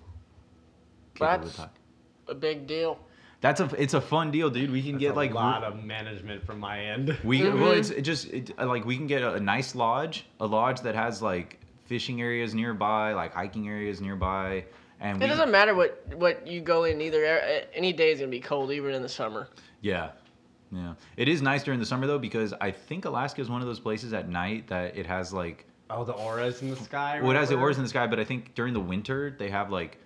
[SPEAKER 1] cool, we'll
[SPEAKER 3] That's-
[SPEAKER 1] talk.
[SPEAKER 3] A big deal.
[SPEAKER 1] That's a it's a fun deal, dude. We can
[SPEAKER 2] That's
[SPEAKER 1] get
[SPEAKER 2] a
[SPEAKER 1] like
[SPEAKER 2] lot of management from my end.
[SPEAKER 1] we well, it's it just it, uh, like we can get a, a nice lodge, a lodge that has like fishing areas nearby, like hiking areas nearby, And
[SPEAKER 3] It
[SPEAKER 1] we,
[SPEAKER 3] doesn't matter what what you go in either. A- Any day is gonna be cold, even in the summer.
[SPEAKER 1] Yeah. Yeah. It is nice during the summer though because I think Alaska is one of those places at night that it has like
[SPEAKER 2] Oh, the auras in the sky.
[SPEAKER 1] well, it has the
[SPEAKER 2] whatever.
[SPEAKER 1] auras in the sky, but I think during the winter they have like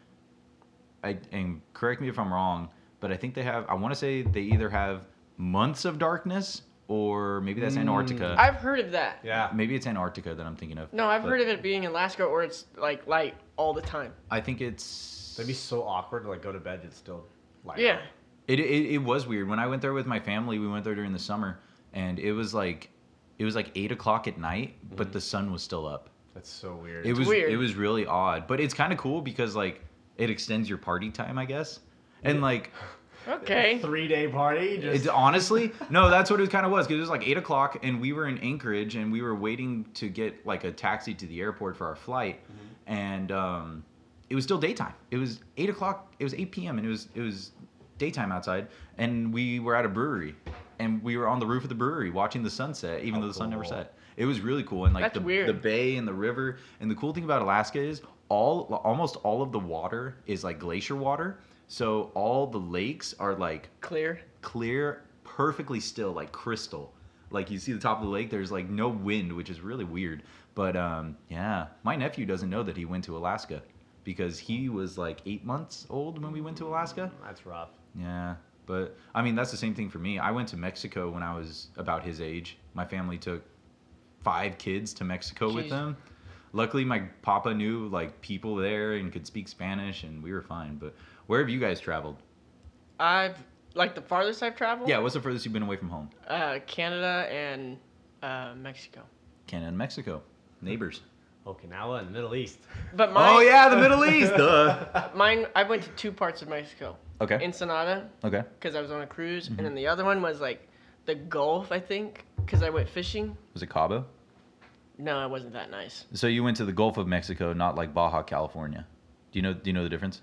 [SPEAKER 1] I and correct me if I'm wrong, but I think they have I want to say they either have months of darkness or maybe that's Antarctica. Uh,
[SPEAKER 3] I've heard of that.
[SPEAKER 2] Yeah.
[SPEAKER 1] maybe it's Antarctica that I'm thinking of.
[SPEAKER 3] Mm. No, I've
[SPEAKER 1] but
[SPEAKER 3] heard of it being in Alaska, or it's like light all the time.
[SPEAKER 1] I think it's
[SPEAKER 2] That'd be so awkward to like go to bed. It's still light.
[SPEAKER 3] Yeah.
[SPEAKER 1] It, it it was weird when I went there with my family. We went there during the summer, and it was like it was like eight o'clock at night, but the sun was still up.
[SPEAKER 2] That's so weird.
[SPEAKER 1] It was
[SPEAKER 3] weird.
[SPEAKER 1] it was really odd, but it's kind of cool because like it extends your party time, I guess. And like
[SPEAKER 3] Okay.
[SPEAKER 2] three day party. Just
[SPEAKER 1] it's honestly no, that's what it kind of was because it was like eight o'clock, and we were in Anchorage, and we were waiting to get like a taxi to the airport for our flight,
[SPEAKER 3] Mm-hmm.
[SPEAKER 1] and um, it was still daytime. It was eight o'clock. It was eight p.m. and it was it was daytime outside, and we were at a brewery, and we were on the roof of the brewery watching the sunset, even
[SPEAKER 2] How
[SPEAKER 1] though the sun never
[SPEAKER 2] cool.
[SPEAKER 1] set. It was really cool, and like
[SPEAKER 3] Oh. That's
[SPEAKER 1] the,
[SPEAKER 3] weird.
[SPEAKER 1] the bay and the river. And the cool thing about Alaska is all almost all of the water is like glacier water, so all the lakes are like
[SPEAKER 3] Clear.
[SPEAKER 1] clear, perfectly still, like crystal. Like you see the top of the lake, there's like no wind, which is really weird. But um, yeah, my nephew doesn't know that he went to Alaska because he was like eight months old when we went to Alaska.
[SPEAKER 2] that's rough.
[SPEAKER 1] Yeah, but I mean that's the same thing for me. I went to Mexico when I was about his age. My family took five kids to Mexico with
[SPEAKER 3] Jeez.
[SPEAKER 1] them. Luckily, my papa knew like people there and could speak Spanish, and we were fine. But where have you guys traveled?
[SPEAKER 3] I've like the farthest I've traveled.
[SPEAKER 1] Yeah, what's the furthest you've been away from home?
[SPEAKER 3] Uh, Canada and uh, Mexico.
[SPEAKER 1] Canada and Mexico, neighbors.
[SPEAKER 2] Okinawa and the Middle East.
[SPEAKER 3] But mine,
[SPEAKER 1] [laughs] oh yeah, the Middle [laughs] East. Duh.
[SPEAKER 3] mine. I went to two parts of Mexico.
[SPEAKER 1] Okay.
[SPEAKER 3] Ensenada,
[SPEAKER 1] Okay.
[SPEAKER 3] because I was on a cruise,
[SPEAKER 1] Mm-hmm.
[SPEAKER 3] and then the other one was like the Gulf, I think, because I went fishing.
[SPEAKER 1] Was it Cabo?
[SPEAKER 3] No, it wasn't that nice.
[SPEAKER 1] So you went to the Gulf of Mexico, not like Baja California. Do you know? Do you know the difference?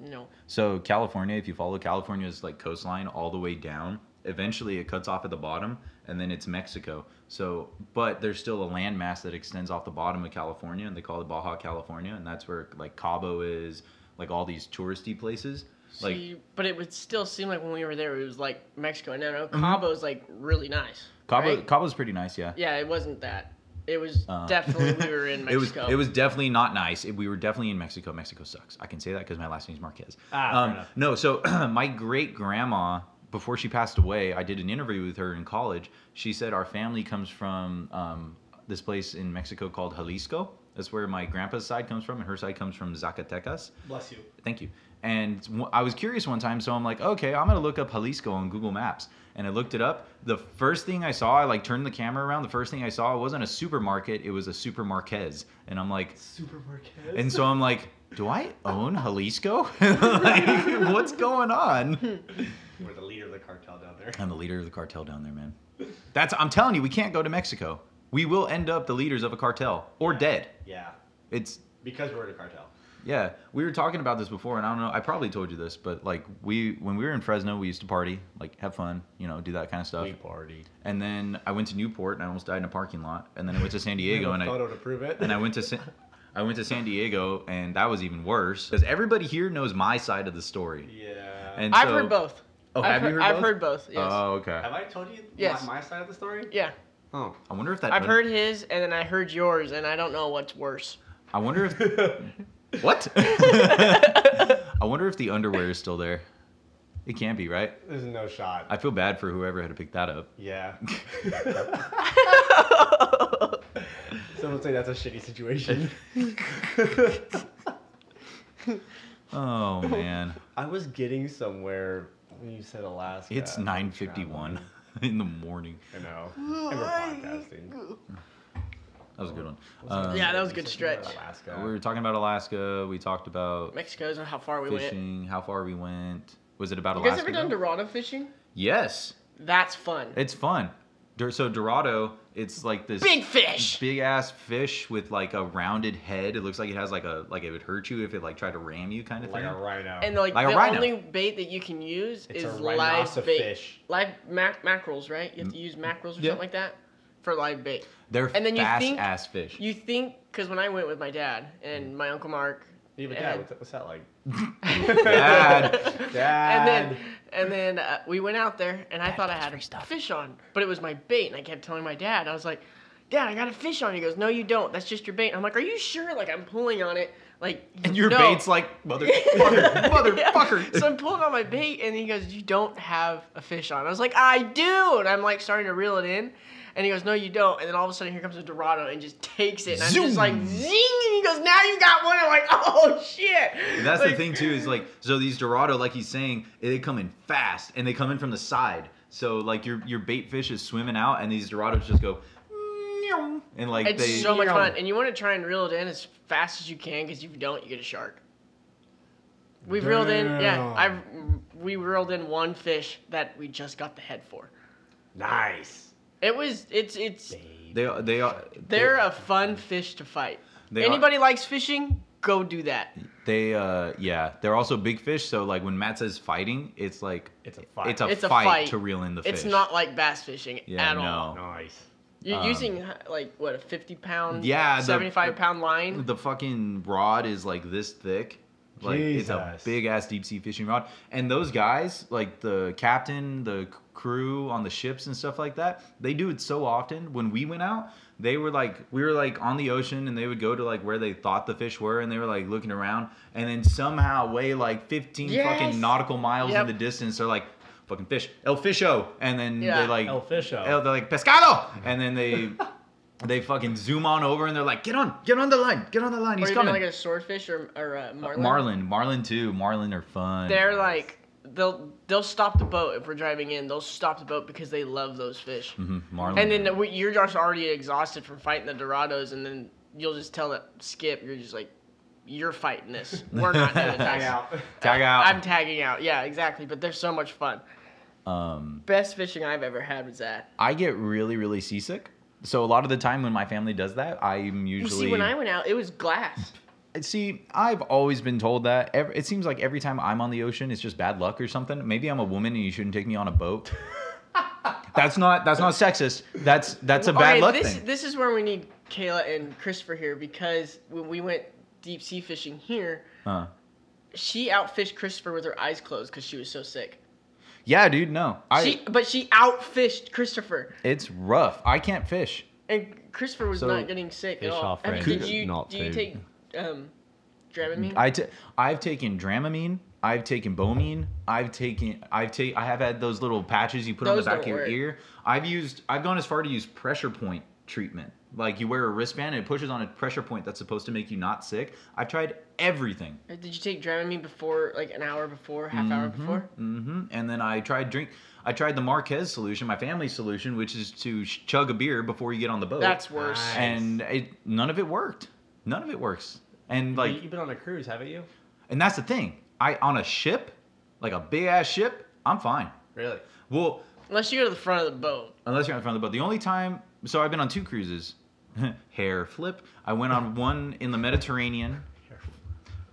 [SPEAKER 3] No.
[SPEAKER 1] So California, if you follow California's like coastline all the way down, eventually it cuts off at the bottom, and then it's Mexico. So, but there's still a landmass that extends off the bottom of California, and they call it Baja California, and that's where like Cabo is, like all these touristy places. Like
[SPEAKER 3] See, but it would still seem like when we were there, it was like Mexico. And I know Cabo's like really nice.
[SPEAKER 1] Mm-hmm. Cabo,
[SPEAKER 3] right?
[SPEAKER 1] Cabo's pretty nice, yeah.
[SPEAKER 3] Yeah, it wasn't that. It was
[SPEAKER 1] Uh. [laughs]
[SPEAKER 3] definitely we were in
[SPEAKER 1] It was
[SPEAKER 3] Mexico.
[SPEAKER 1] it was definitely not nice. It- we were definitely in Mexico. Mexico sucks. I can say that because my last name's Marquez. Um,
[SPEAKER 2] Ah, fair enough.
[SPEAKER 1] no, so [clears throat] my great grandma before she passed away, I did an interview with her in college. She said our family comes from um, this place in Mexico called Jalisco. That's where my grandpa's side comes from, and her side comes from Zacatecas.
[SPEAKER 2] Bless you.
[SPEAKER 1] Thank you. And w- I was curious one time, so I'm like, okay, I'm gonna look up Jalisco on Google Maps. And I looked it up. The first thing I saw, I like turned the camera around. The first thing I saw wasn't a supermarket; it was a supermarquez. And I'm like,
[SPEAKER 2] Super Marquez.
[SPEAKER 1] and so I'm like, do I own Jalisco? [laughs] like, what's going on?
[SPEAKER 2] We're the leader of the cartel down there.
[SPEAKER 1] I'm the leader of the cartel down there, man. That's I'm telling you, we can't go to Mexico. We will end up the leaders of a cartel or dead.
[SPEAKER 2] Yeah,
[SPEAKER 1] It's
[SPEAKER 2] because we're in a cartel.
[SPEAKER 1] Yeah, we were talking about this before, and I don't know. I probably told you this, but like we, when we were in Fresno, we used to party, like have fun, you know, do that kind of stuff.
[SPEAKER 2] We party.
[SPEAKER 1] And then I went to Newport, and I almost died in a parking lot. And then I went to San Diego, and I
[SPEAKER 2] photo to prove it.
[SPEAKER 1] and I went to San, I went to San Diego, and that was even worse because everybody here knows my side of the story.
[SPEAKER 2] Yeah.
[SPEAKER 1] And
[SPEAKER 3] I've
[SPEAKER 1] so-
[SPEAKER 3] heard both.
[SPEAKER 1] Oh, have
[SPEAKER 3] I've
[SPEAKER 1] you heard?
[SPEAKER 3] heard- I've
[SPEAKER 1] both?
[SPEAKER 3] heard both, yes.
[SPEAKER 1] Oh, okay.
[SPEAKER 2] have I told you
[SPEAKER 3] Yes.
[SPEAKER 2] my, my side of the story?
[SPEAKER 3] Yeah.
[SPEAKER 1] [laughs]
[SPEAKER 2] Oh.
[SPEAKER 1] I wonder if that.
[SPEAKER 3] I've heard his, and then I heard yours, and I don't know what's worse.
[SPEAKER 1] I wonder
[SPEAKER 3] [laughs]
[SPEAKER 1] if what? I wonder if the underwear is still there. It can't be, right?
[SPEAKER 2] There's no shot.
[SPEAKER 1] I feel bad for whoever had to pick that up.
[SPEAKER 2] yeah. [laughs] Some would say that's a shitty situation.
[SPEAKER 1] Oh man.
[SPEAKER 2] I was getting somewhere when you said Alaska.
[SPEAKER 1] It's
[SPEAKER 2] I was
[SPEAKER 1] 9:51 [laughs] in the morning.
[SPEAKER 2] traveling. I know. And we're podcasting.
[SPEAKER 1] That was a good one. Uh,
[SPEAKER 3] Yeah, that was a good stretch.
[SPEAKER 1] We were talking about Alaska. We talked about
[SPEAKER 3] Mexico's and how far we went.
[SPEAKER 1] fishing, how far we went. Was it about
[SPEAKER 3] You
[SPEAKER 1] Alaska?
[SPEAKER 3] guys ever done
[SPEAKER 1] though?
[SPEAKER 3] Dorado fishing?
[SPEAKER 1] yes,
[SPEAKER 3] That's fun.
[SPEAKER 1] it's fun. Dur- So Dorado, it's like this
[SPEAKER 3] Big fish.
[SPEAKER 1] big ass fish with like a rounded head. It looks like it has like a like it would hurt you if it like tried to ram you kind of
[SPEAKER 2] like
[SPEAKER 1] thing.
[SPEAKER 2] a rhino.
[SPEAKER 3] And like,
[SPEAKER 1] Like a
[SPEAKER 3] the
[SPEAKER 1] rhino.
[SPEAKER 3] only bait that you can use
[SPEAKER 2] It's a
[SPEAKER 3] is live bait.
[SPEAKER 2] rhinocefish.
[SPEAKER 3] Live mac- mackerels, right? You have to use mackerels or
[SPEAKER 1] Mm. Yeah.
[SPEAKER 3] something like that for live bait.
[SPEAKER 1] They're
[SPEAKER 3] And then you
[SPEAKER 1] fast
[SPEAKER 3] think-
[SPEAKER 1] ass fish. Mm.
[SPEAKER 3] You think because when I went with my dad and my uncle Mark,
[SPEAKER 2] Yeah, but dad, what's that, what's that like?
[SPEAKER 1] [laughs] Dad.
[SPEAKER 2] Dad.
[SPEAKER 3] And then, and then uh, we went out there, and I thought I had a fish on, but it was my bait, and I kept telling my dad, I was like, "Dad, I got a fish on." He goes, "No, you don't. That's just your bait." I'm like, "Are you sure?" Like I'm pulling on it, like
[SPEAKER 1] [laughs] [laughs] And your
[SPEAKER 3] no.
[SPEAKER 1] bait's like [laughs] motherfucker,
[SPEAKER 3] [laughs] Yeah.
[SPEAKER 1] motherfucker.
[SPEAKER 3] [laughs] So I'm pulling on my bait, and he goes, "You don't have a fish on." I was like, "I do," and I'm like starting to reel it in, and he goes, "No, you don't." And then all of a sudden, here comes a Dorado and just takes it, and I'm
[SPEAKER 1] Zoom.
[SPEAKER 3] just like, "Zing!" And he goes, "Now you got one." I'm like, "Oh shit!"
[SPEAKER 1] That's
[SPEAKER 3] Like,
[SPEAKER 1] the thing too is like so these Dorado, like he's saying, they come in fast and they come in from the side. So like your your bait fish is swimming out and these Dorados just go "Meow," and like
[SPEAKER 3] It's
[SPEAKER 1] they
[SPEAKER 3] so much fun, and you want to try and reel it in as fast as you can because if you don't, you get a shark. We've reeled in, yeah.
[SPEAKER 2] Damn.
[SPEAKER 3] I've we reeled in one fish that we just got the head for.
[SPEAKER 2] nice.
[SPEAKER 3] It was it's it's
[SPEAKER 1] they are- they are
[SPEAKER 3] they're a fun fish to fight.
[SPEAKER 1] They are-
[SPEAKER 3] Anybody likes fishing? Go do that.
[SPEAKER 1] they uh yeah they're also big fish so like when Matt says fighting it's like
[SPEAKER 2] It's a fight.
[SPEAKER 1] it's a,
[SPEAKER 3] It's a
[SPEAKER 1] fight,
[SPEAKER 3] fight.
[SPEAKER 1] to reel in the fish
[SPEAKER 3] It's not like bass fishing
[SPEAKER 1] yeah
[SPEAKER 3] at
[SPEAKER 1] no
[SPEAKER 3] all.
[SPEAKER 2] nice.
[SPEAKER 3] You're
[SPEAKER 1] Um,
[SPEAKER 3] using like what a fifty pound,
[SPEAKER 1] Yeah, the-
[SPEAKER 3] seventy five pound line.
[SPEAKER 1] the fucking rod is like this thick. Like it's
[SPEAKER 2] Jesus.
[SPEAKER 1] a big ass deep sea fishing rod. And those guys, like the captain, the c- crew on the ships and stuff like that, they do it so often. When we went out, they were like we were like on the ocean and they would go to like where they thought the fish were and they were like looking around and then somehow way like 15
[SPEAKER 3] Yes.
[SPEAKER 1] fucking nautical miles
[SPEAKER 3] Yep.
[SPEAKER 1] in the distance they're like fucking fish. El fisho. And then
[SPEAKER 3] Yeah.
[SPEAKER 1] they like
[SPEAKER 2] El Fisho.
[SPEAKER 1] El, they're like pescado and then they they fucking zoom on over and they're like, get on, get on the line, get on the line,
[SPEAKER 3] Or
[SPEAKER 1] he's
[SPEAKER 3] even
[SPEAKER 1] coming. Uh,
[SPEAKER 3] like a swordfish or or a marlin.
[SPEAKER 1] Marlin, Marlin too. Marlin are fun.
[SPEAKER 3] They're like they'll they'll stop the boat if we're driving in. They'll stop the boat because they love those fish.
[SPEAKER 1] Mhm, Marlin.
[SPEAKER 3] And then we, you're just already exhausted from fighting the Dorados, and then you'll just tell that skip. You're just like, you're fighting this. We're
[SPEAKER 1] [laughs]
[SPEAKER 3] not doing
[SPEAKER 2] Hang
[SPEAKER 3] this.
[SPEAKER 2] out.
[SPEAKER 1] tag out.
[SPEAKER 3] I'm tagging out. Yeah, exactly. But they're so much fun.
[SPEAKER 1] um,
[SPEAKER 3] Best fishing I've ever had was that.
[SPEAKER 1] I get really, really seasick. So a lot of the time when my family does that, I'm
[SPEAKER 3] You
[SPEAKER 1] usually.
[SPEAKER 3] see, when I went out, it was glass.
[SPEAKER 1] See, I've always been told that. Ev- It seems like every time I'm on the ocean, it's just bad luck or something. Maybe I'm a woman and you shouldn't take me on a
[SPEAKER 3] [laughs]
[SPEAKER 1] boat. that's not. That's not sexist. That's that's a bad
[SPEAKER 3] Okay,
[SPEAKER 1] luck
[SPEAKER 3] this,
[SPEAKER 1] thing.
[SPEAKER 3] This is where we need Kayla and Christopher here because when we went deep sea fishing here,
[SPEAKER 1] Uh,
[SPEAKER 3] she outfished Christopher with her eyes closed because she was so sick.
[SPEAKER 1] yeah, dude. No, I.
[SPEAKER 3] she, but she outfished Christopher,
[SPEAKER 1] it's rough. I can't fish.
[SPEAKER 3] and Christopher was
[SPEAKER 1] So-
[SPEAKER 3] not getting sick at
[SPEAKER 2] Fish
[SPEAKER 3] all.
[SPEAKER 2] off
[SPEAKER 3] I mean,
[SPEAKER 2] range
[SPEAKER 3] did
[SPEAKER 2] is
[SPEAKER 3] you
[SPEAKER 2] not
[SPEAKER 3] do you
[SPEAKER 2] food.
[SPEAKER 3] take um, Dramamine?
[SPEAKER 1] I t- I've taken Dramamine. I've taken Bomine. I've taken. I've take. I have had those little patches you put on the
[SPEAKER 3] Those
[SPEAKER 1] back
[SPEAKER 3] don't
[SPEAKER 1] of your
[SPEAKER 3] work.
[SPEAKER 1] ear. I've used. I've gone as far to use pressure point treatment. Like you wear a wristband and it pushes on a pressure point that's supposed to make you not sick. I've tried everything.
[SPEAKER 3] Or did you take Dramamine before, like an hour before, half hour before?
[SPEAKER 1] hmm And then I tried drink. I tried the Marquez solution, my family's solution, which is to sh- chug a beer before you get on the boat.
[SPEAKER 3] That's worse.
[SPEAKER 2] Nice.
[SPEAKER 1] and it, none of it worked. None of it works. And like
[SPEAKER 2] you've been on a cruise, haven't you?
[SPEAKER 1] And that's the thing. I on a ship, like a big ass ship, I'm fine.
[SPEAKER 2] Really?
[SPEAKER 1] Well,
[SPEAKER 3] Unless you go to the front of the boat.
[SPEAKER 1] unless you're on the front of the boat. The only time, so I've been on two cruises. [laughs] Hair flip. I went on one in the Mediterranean.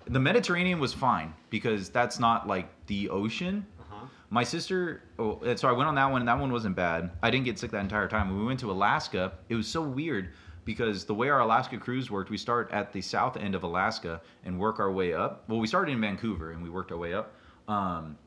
[SPEAKER 1] The Mediterranean was fine because that's not like the ocean.
[SPEAKER 2] Uh-huh.
[SPEAKER 1] My sister, oh, and so I went on that one, and that one wasn't bad. I didn't get sick that entire time. When we went to Alaska, it was so weird because the way our Alaska cruise worked, we start at the south end of Alaska and work our way up. Well, we started in Vancouver and we worked our way up. Um,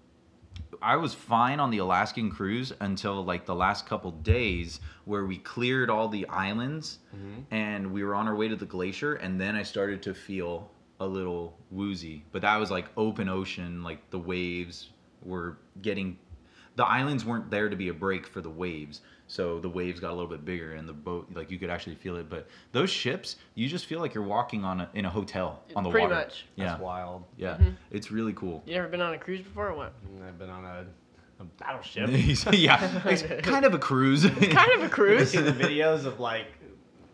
[SPEAKER 1] I was fine on the Alaskan cruise until like the last couple days where we cleared all the islands
[SPEAKER 2] Mm-hmm.
[SPEAKER 1] and we were on our way to the glacier and then I started to feel a little woozy. But that was like open ocean, like the waves were getting the islands weren't there to be a break for the waves. So the waves got a little bit bigger and the boat like you could actually feel it, but those ships, you just feel like you're walking on a, in a hotel on the
[SPEAKER 3] Pretty
[SPEAKER 1] water.
[SPEAKER 3] much. Mm-hmm.
[SPEAKER 1] Yeah.
[SPEAKER 2] That's wild.
[SPEAKER 1] Yeah. It's really cool.
[SPEAKER 3] You never been on a cruise before or what?
[SPEAKER 2] And I've been on a, a
[SPEAKER 1] [laughs]
[SPEAKER 2] battleship. [laughs]
[SPEAKER 1] He's- yeah, [laughs] it's kind of a cruise.
[SPEAKER 3] Kind
[SPEAKER 1] [laughs]
[SPEAKER 3] of a cruise.
[SPEAKER 2] See the videos of like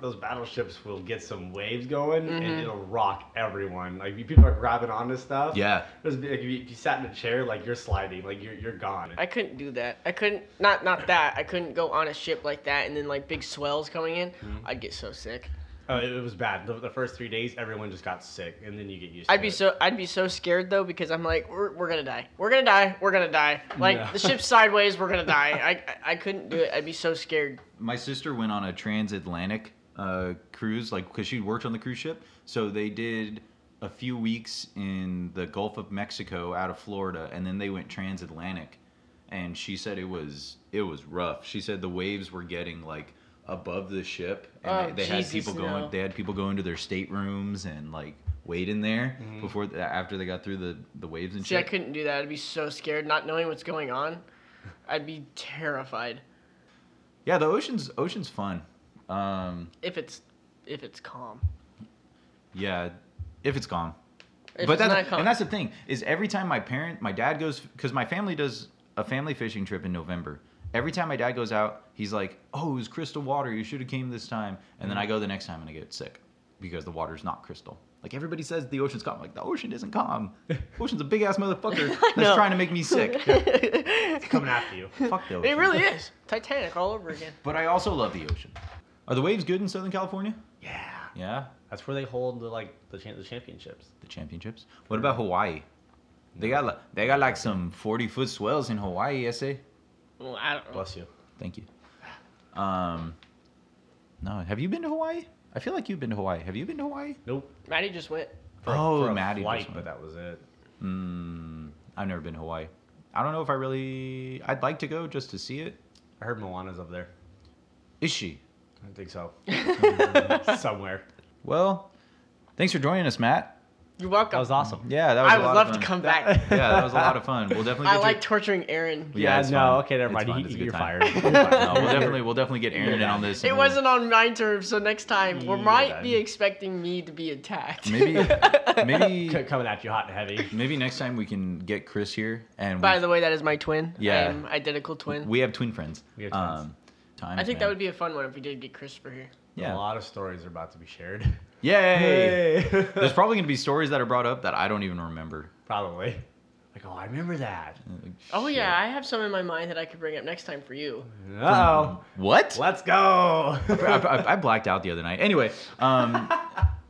[SPEAKER 2] those battleships will get some waves going
[SPEAKER 3] Mm-hmm.
[SPEAKER 2] and it'll rock everyone. Like people are grabbing onto stuff.
[SPEAKER 1] Yeah.
[SPEAKER 2] There's, like, if, you, if you sat in a chair, like you're sliding, like you're you're gone.
[SPEAKER 3] I couldn't do that. I couldn't not not that. I couldn't go on a ship like that and then like big swells coming in. I'd get so sick.
[SPEAKER 2] Oh, it, it was bad. The, the first three days, everyone just got sick, and then you get used. to
[SPEAKER 3] I'd be
[SPEAKER 2] it.
[SPEAKER 3] so I'd be so scared though because I'm like we're, we're gonna die. We're gonna die. We're gonna die. Like
[SPEAKER 2] Yeah.
[SPEAKER 3] the ship's sideways. We're gonna die. I, I I couldn't do it. I'd be so scared.
[SPEAKER 1] my sister went on a transatlantic uh, cruise, like because she worked on the cruise ship. So they did a few weeks in the Gulf of Mexico out of Florida, and then they went transatlantic. And she said it was it was rough. She said the waves were getting like above the ship, and
[SPEAKER 3] Oh,
[SPEAKER 1] they, they had
[SPEAKER 3] Jesus,
[SPEAKER 1] people
[SPEAKER 3] no.
[SPEAKER 1] going. They had people going to their staterooms and like wait in there before after they got through the the waves and
[SPEAKER 3] See, I
[SPEAKER 1] shit.
[SPEAKER 3] couldn't do that. I'd be so scared, not knowing what's going on. I'd be terrified
[SPEAKER 1] Yeah, the ocean's ocean's fun. Um,
[SPEAKER 3] if it's if it's calm.
[SPEAKER 1] yeah, if it's gone.
[SPEAKER 3] If
[SPEAKER 1] but
[SPEAKER 3] it's
[SPEAKER 1] that's
[SPEAKER 3] not calm,
[SPEAKER 1] and that's the thing is every time my parent, my dad goes because my family does a family fishing trip in November. Every time my dad goes out, he's like, "Oh, it was crystal water. You should have came this time." And
[SPEAKER 3] Mm-hmm.
[SPEAKER 1] then I go the next time and I get sick because the water's not crystal. Like everybody says, the ocean's calm. Like the ocean isn't
[SPEAKER 3] [laughs]
[SPEAKER 1] calm. ocean's a big ass motherfucker
[SPEAKER 3] know.
[SPEAKER 1] that's trying to make me
[SPEAKER 3] [laughs]
[SPEAKER 1] sick.
[SPEAKER 2] It's coming after you.
[SPEAKER 1] Fuck the ocean.
[SPEAKER 3] it really is Titanic all over again.
[SPEAKER 1] But I also love the ocean. Are the waves good in Southern California?
[SPEAKER 2] Yeah.
[SPEAKER 1] Yeah,
[SPEAKER 2] That's where they hold the like the, cha- the championships.
[SPEAKER 1] the championships. What about Hawaii? They got li- they got like some forty foot swells in Hawaii. Essay.
[SPEAKER 3] Well, I don't know.
[SPEAKER 2] Bless you.
[SPEAKER 1] Thank you. Um, no, have you been to Hawaii? I feel like you've been to Hawaii. Have you been to Hawaii?
[SPEAKER 2] Nope.
[SPEAKER 3] Maddie just went.
[SPEAKER 2] For a-
[SPEAKER 1] Oh,
[SPEAKER 2] for a
[SPEAKER 1] Maddie
[SPEAKER 2] flight,
[SPEAKER 1] just went.
[SPEAKER 2] but that was it.
[SPEAKER 1] Mm, I've never been to Hawaii. I don't know if I really. I'd like to go just to see it.
[SPEAKER 2] I heard Moana's up there.
[SPEAKER 1] Is she?
[SPEAKER 2] I think
[SPEAKER 3] [laughs]
[SPEAKER 2] so. Somewhere.
[SPEAKER 1] Well, thanks for joining us, Matt.
[SPEAKER 3] You're welcome.
[SPEAKER 2] That was awesome.
[SPEAKER 1] Yeah, that was.
[SPEAKER 3] I
[SPEAKER 1] a
[SPEAKER 3] would
[SPEAKER 1] lot
[SPEAKER 3] love
[SPEAKER 1] of
[SPEAKER 3] to
[SPEAKER 1] fun.
[SPEAKER 3] come
[SPEAKER 1] [laughs]
[SPEAKER 3] back.
[SPEAKER 1] Yeah, that was a lot of fun.
[SPEAKER 3] [laughs]
[SPEAKER 1] We'll definitely. Get
[SPEAKER 3] I
[SPEAKER 1] you-
[SPEAKER 3] like torturing Aaron.
[SPEAKER 1] Yeah,
[SPEAKER 2] [laughs] Yeah,
[SPEAKER 1] it's
[SPEAKER 2] no,
[SPEAKER 1] fun.
[SPEAKER 2] okay, never
[SPEAKER 1] It's
[SPEAKER 2] mind.
[SPEAKER 1] fun.
[SPEAKER 2] You-
[SPEAKER 1] It's a
[SPEAKER 2] you're
[SPEAKER 1] good [laughs] time.
[SPEAKER 2] fired. You're fired.
[SPEAKER 1] No,
[SPEAKER 2] [laughs]
[SPEAKER 1] we'll definitely we'll definitely get Aaron in on this.
[SPEAKER 3] It
[SPEAKER 1] and we'll-
[SPEAKER 3] wasn't on my terms, so next time we
[SPEAKER 2] Yeah,
[SPEAKER 3] might be
[SPEAKER 2] then.
[SPEAKER 3] expecting me to be attacked. [laughs]
[SPEAKER 1] Maybe,
[SPEAKER 2] C-
[SPEAKER 1] maybe,
[SPEAKER 2] Coming at you hot and heavy.
[SPEAKER 1] maybe next time we can get Chris here and
[SPEAKER 3] By
[SPEAKER 1] we,
[SPEAKER 3] the way, that is my twin.
[SPEAKER 1] Yeah.
[SPEAKER 3] I am identical twin.
[SPEAKER 1] we have twin friends. Um,
[SPEAKER 2] We have twins.
[SPEAKER 1] times,
[SPEAKER 3] I think
[SPEAKER 1] man.
[SPEAKER 3] that would be a fun one if we did get Christopher here.
[SPEAKER 1] Yeah.
[SPEAKER 2] A lot of stories are about to
[SPEAKER 1] [laughs]
[SPEAKER 2] be shared.
[SPEAKER 1] Yay!
[SPEAKER 2] Hey. [laughs]
[SPEAKER 1] There's probably gonna be stories that are brought up that I don't even remember.
[SPEAKER 2] Probably. Like, oh, I remember that.
[SPEAKER 1] Like,
[SPEAKER 3] Oh
[SPEAKER 1] shit.
[SPEAKER 3] yeah, I have some in my mind that I could bring up next time for you.
[SPEAKER 2] Oh,
[SPEAKER 1] What?
[SPEAKER 2] let's go.
[SPEAKER 1] I, I- I blacked out the other night. Anyway,
[SPEAKER 2] [laughs]
[SPEAKER 1] um,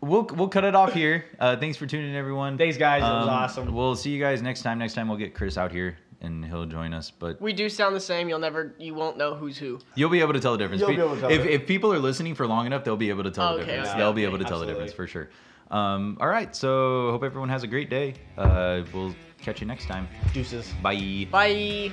[SPEAKER 1] we'll we'll cut it off here. Uh, thanks for tuning in, everyone.
[SPEAKER 2] Thanks, guys. That was
[SPEAKER 1] Um,
[SPEAKER 2] awesome.
[SPEAKER 1] We'll see you guys next time. Next time we'll get Chris out here and he'll join us. But
[SPEAKER 3] We do sound the same. You'll never, you won't know who's who.
[SPEAKER 1] you'll be able to tell the difference.
[SPEAKER 2] You'll be able to tell
[SPEAKER 1] if,
[SPEAKER 2] the-
[SPEAKER 1] if people are listening for long enough, they'll be able to tell the
[SPEAKER 3] Okay,
[SPEAKER 1] difference.
[SPEAKER 2] okay,
[SPEAKER 1] they'll be
[SPEAKER 3] okay.
[SPEAKER 1] able to tell the
[SPEAKER 2] Absolutely.
[SPEAKER 1] difference for sure. Um, all right. So hope everyone has a great day. Uh, we'll catch you next time.
[SPEAKER 2] Deuces.
[SPEAKER 1] Bye.
[SPEAKER 3] Bye.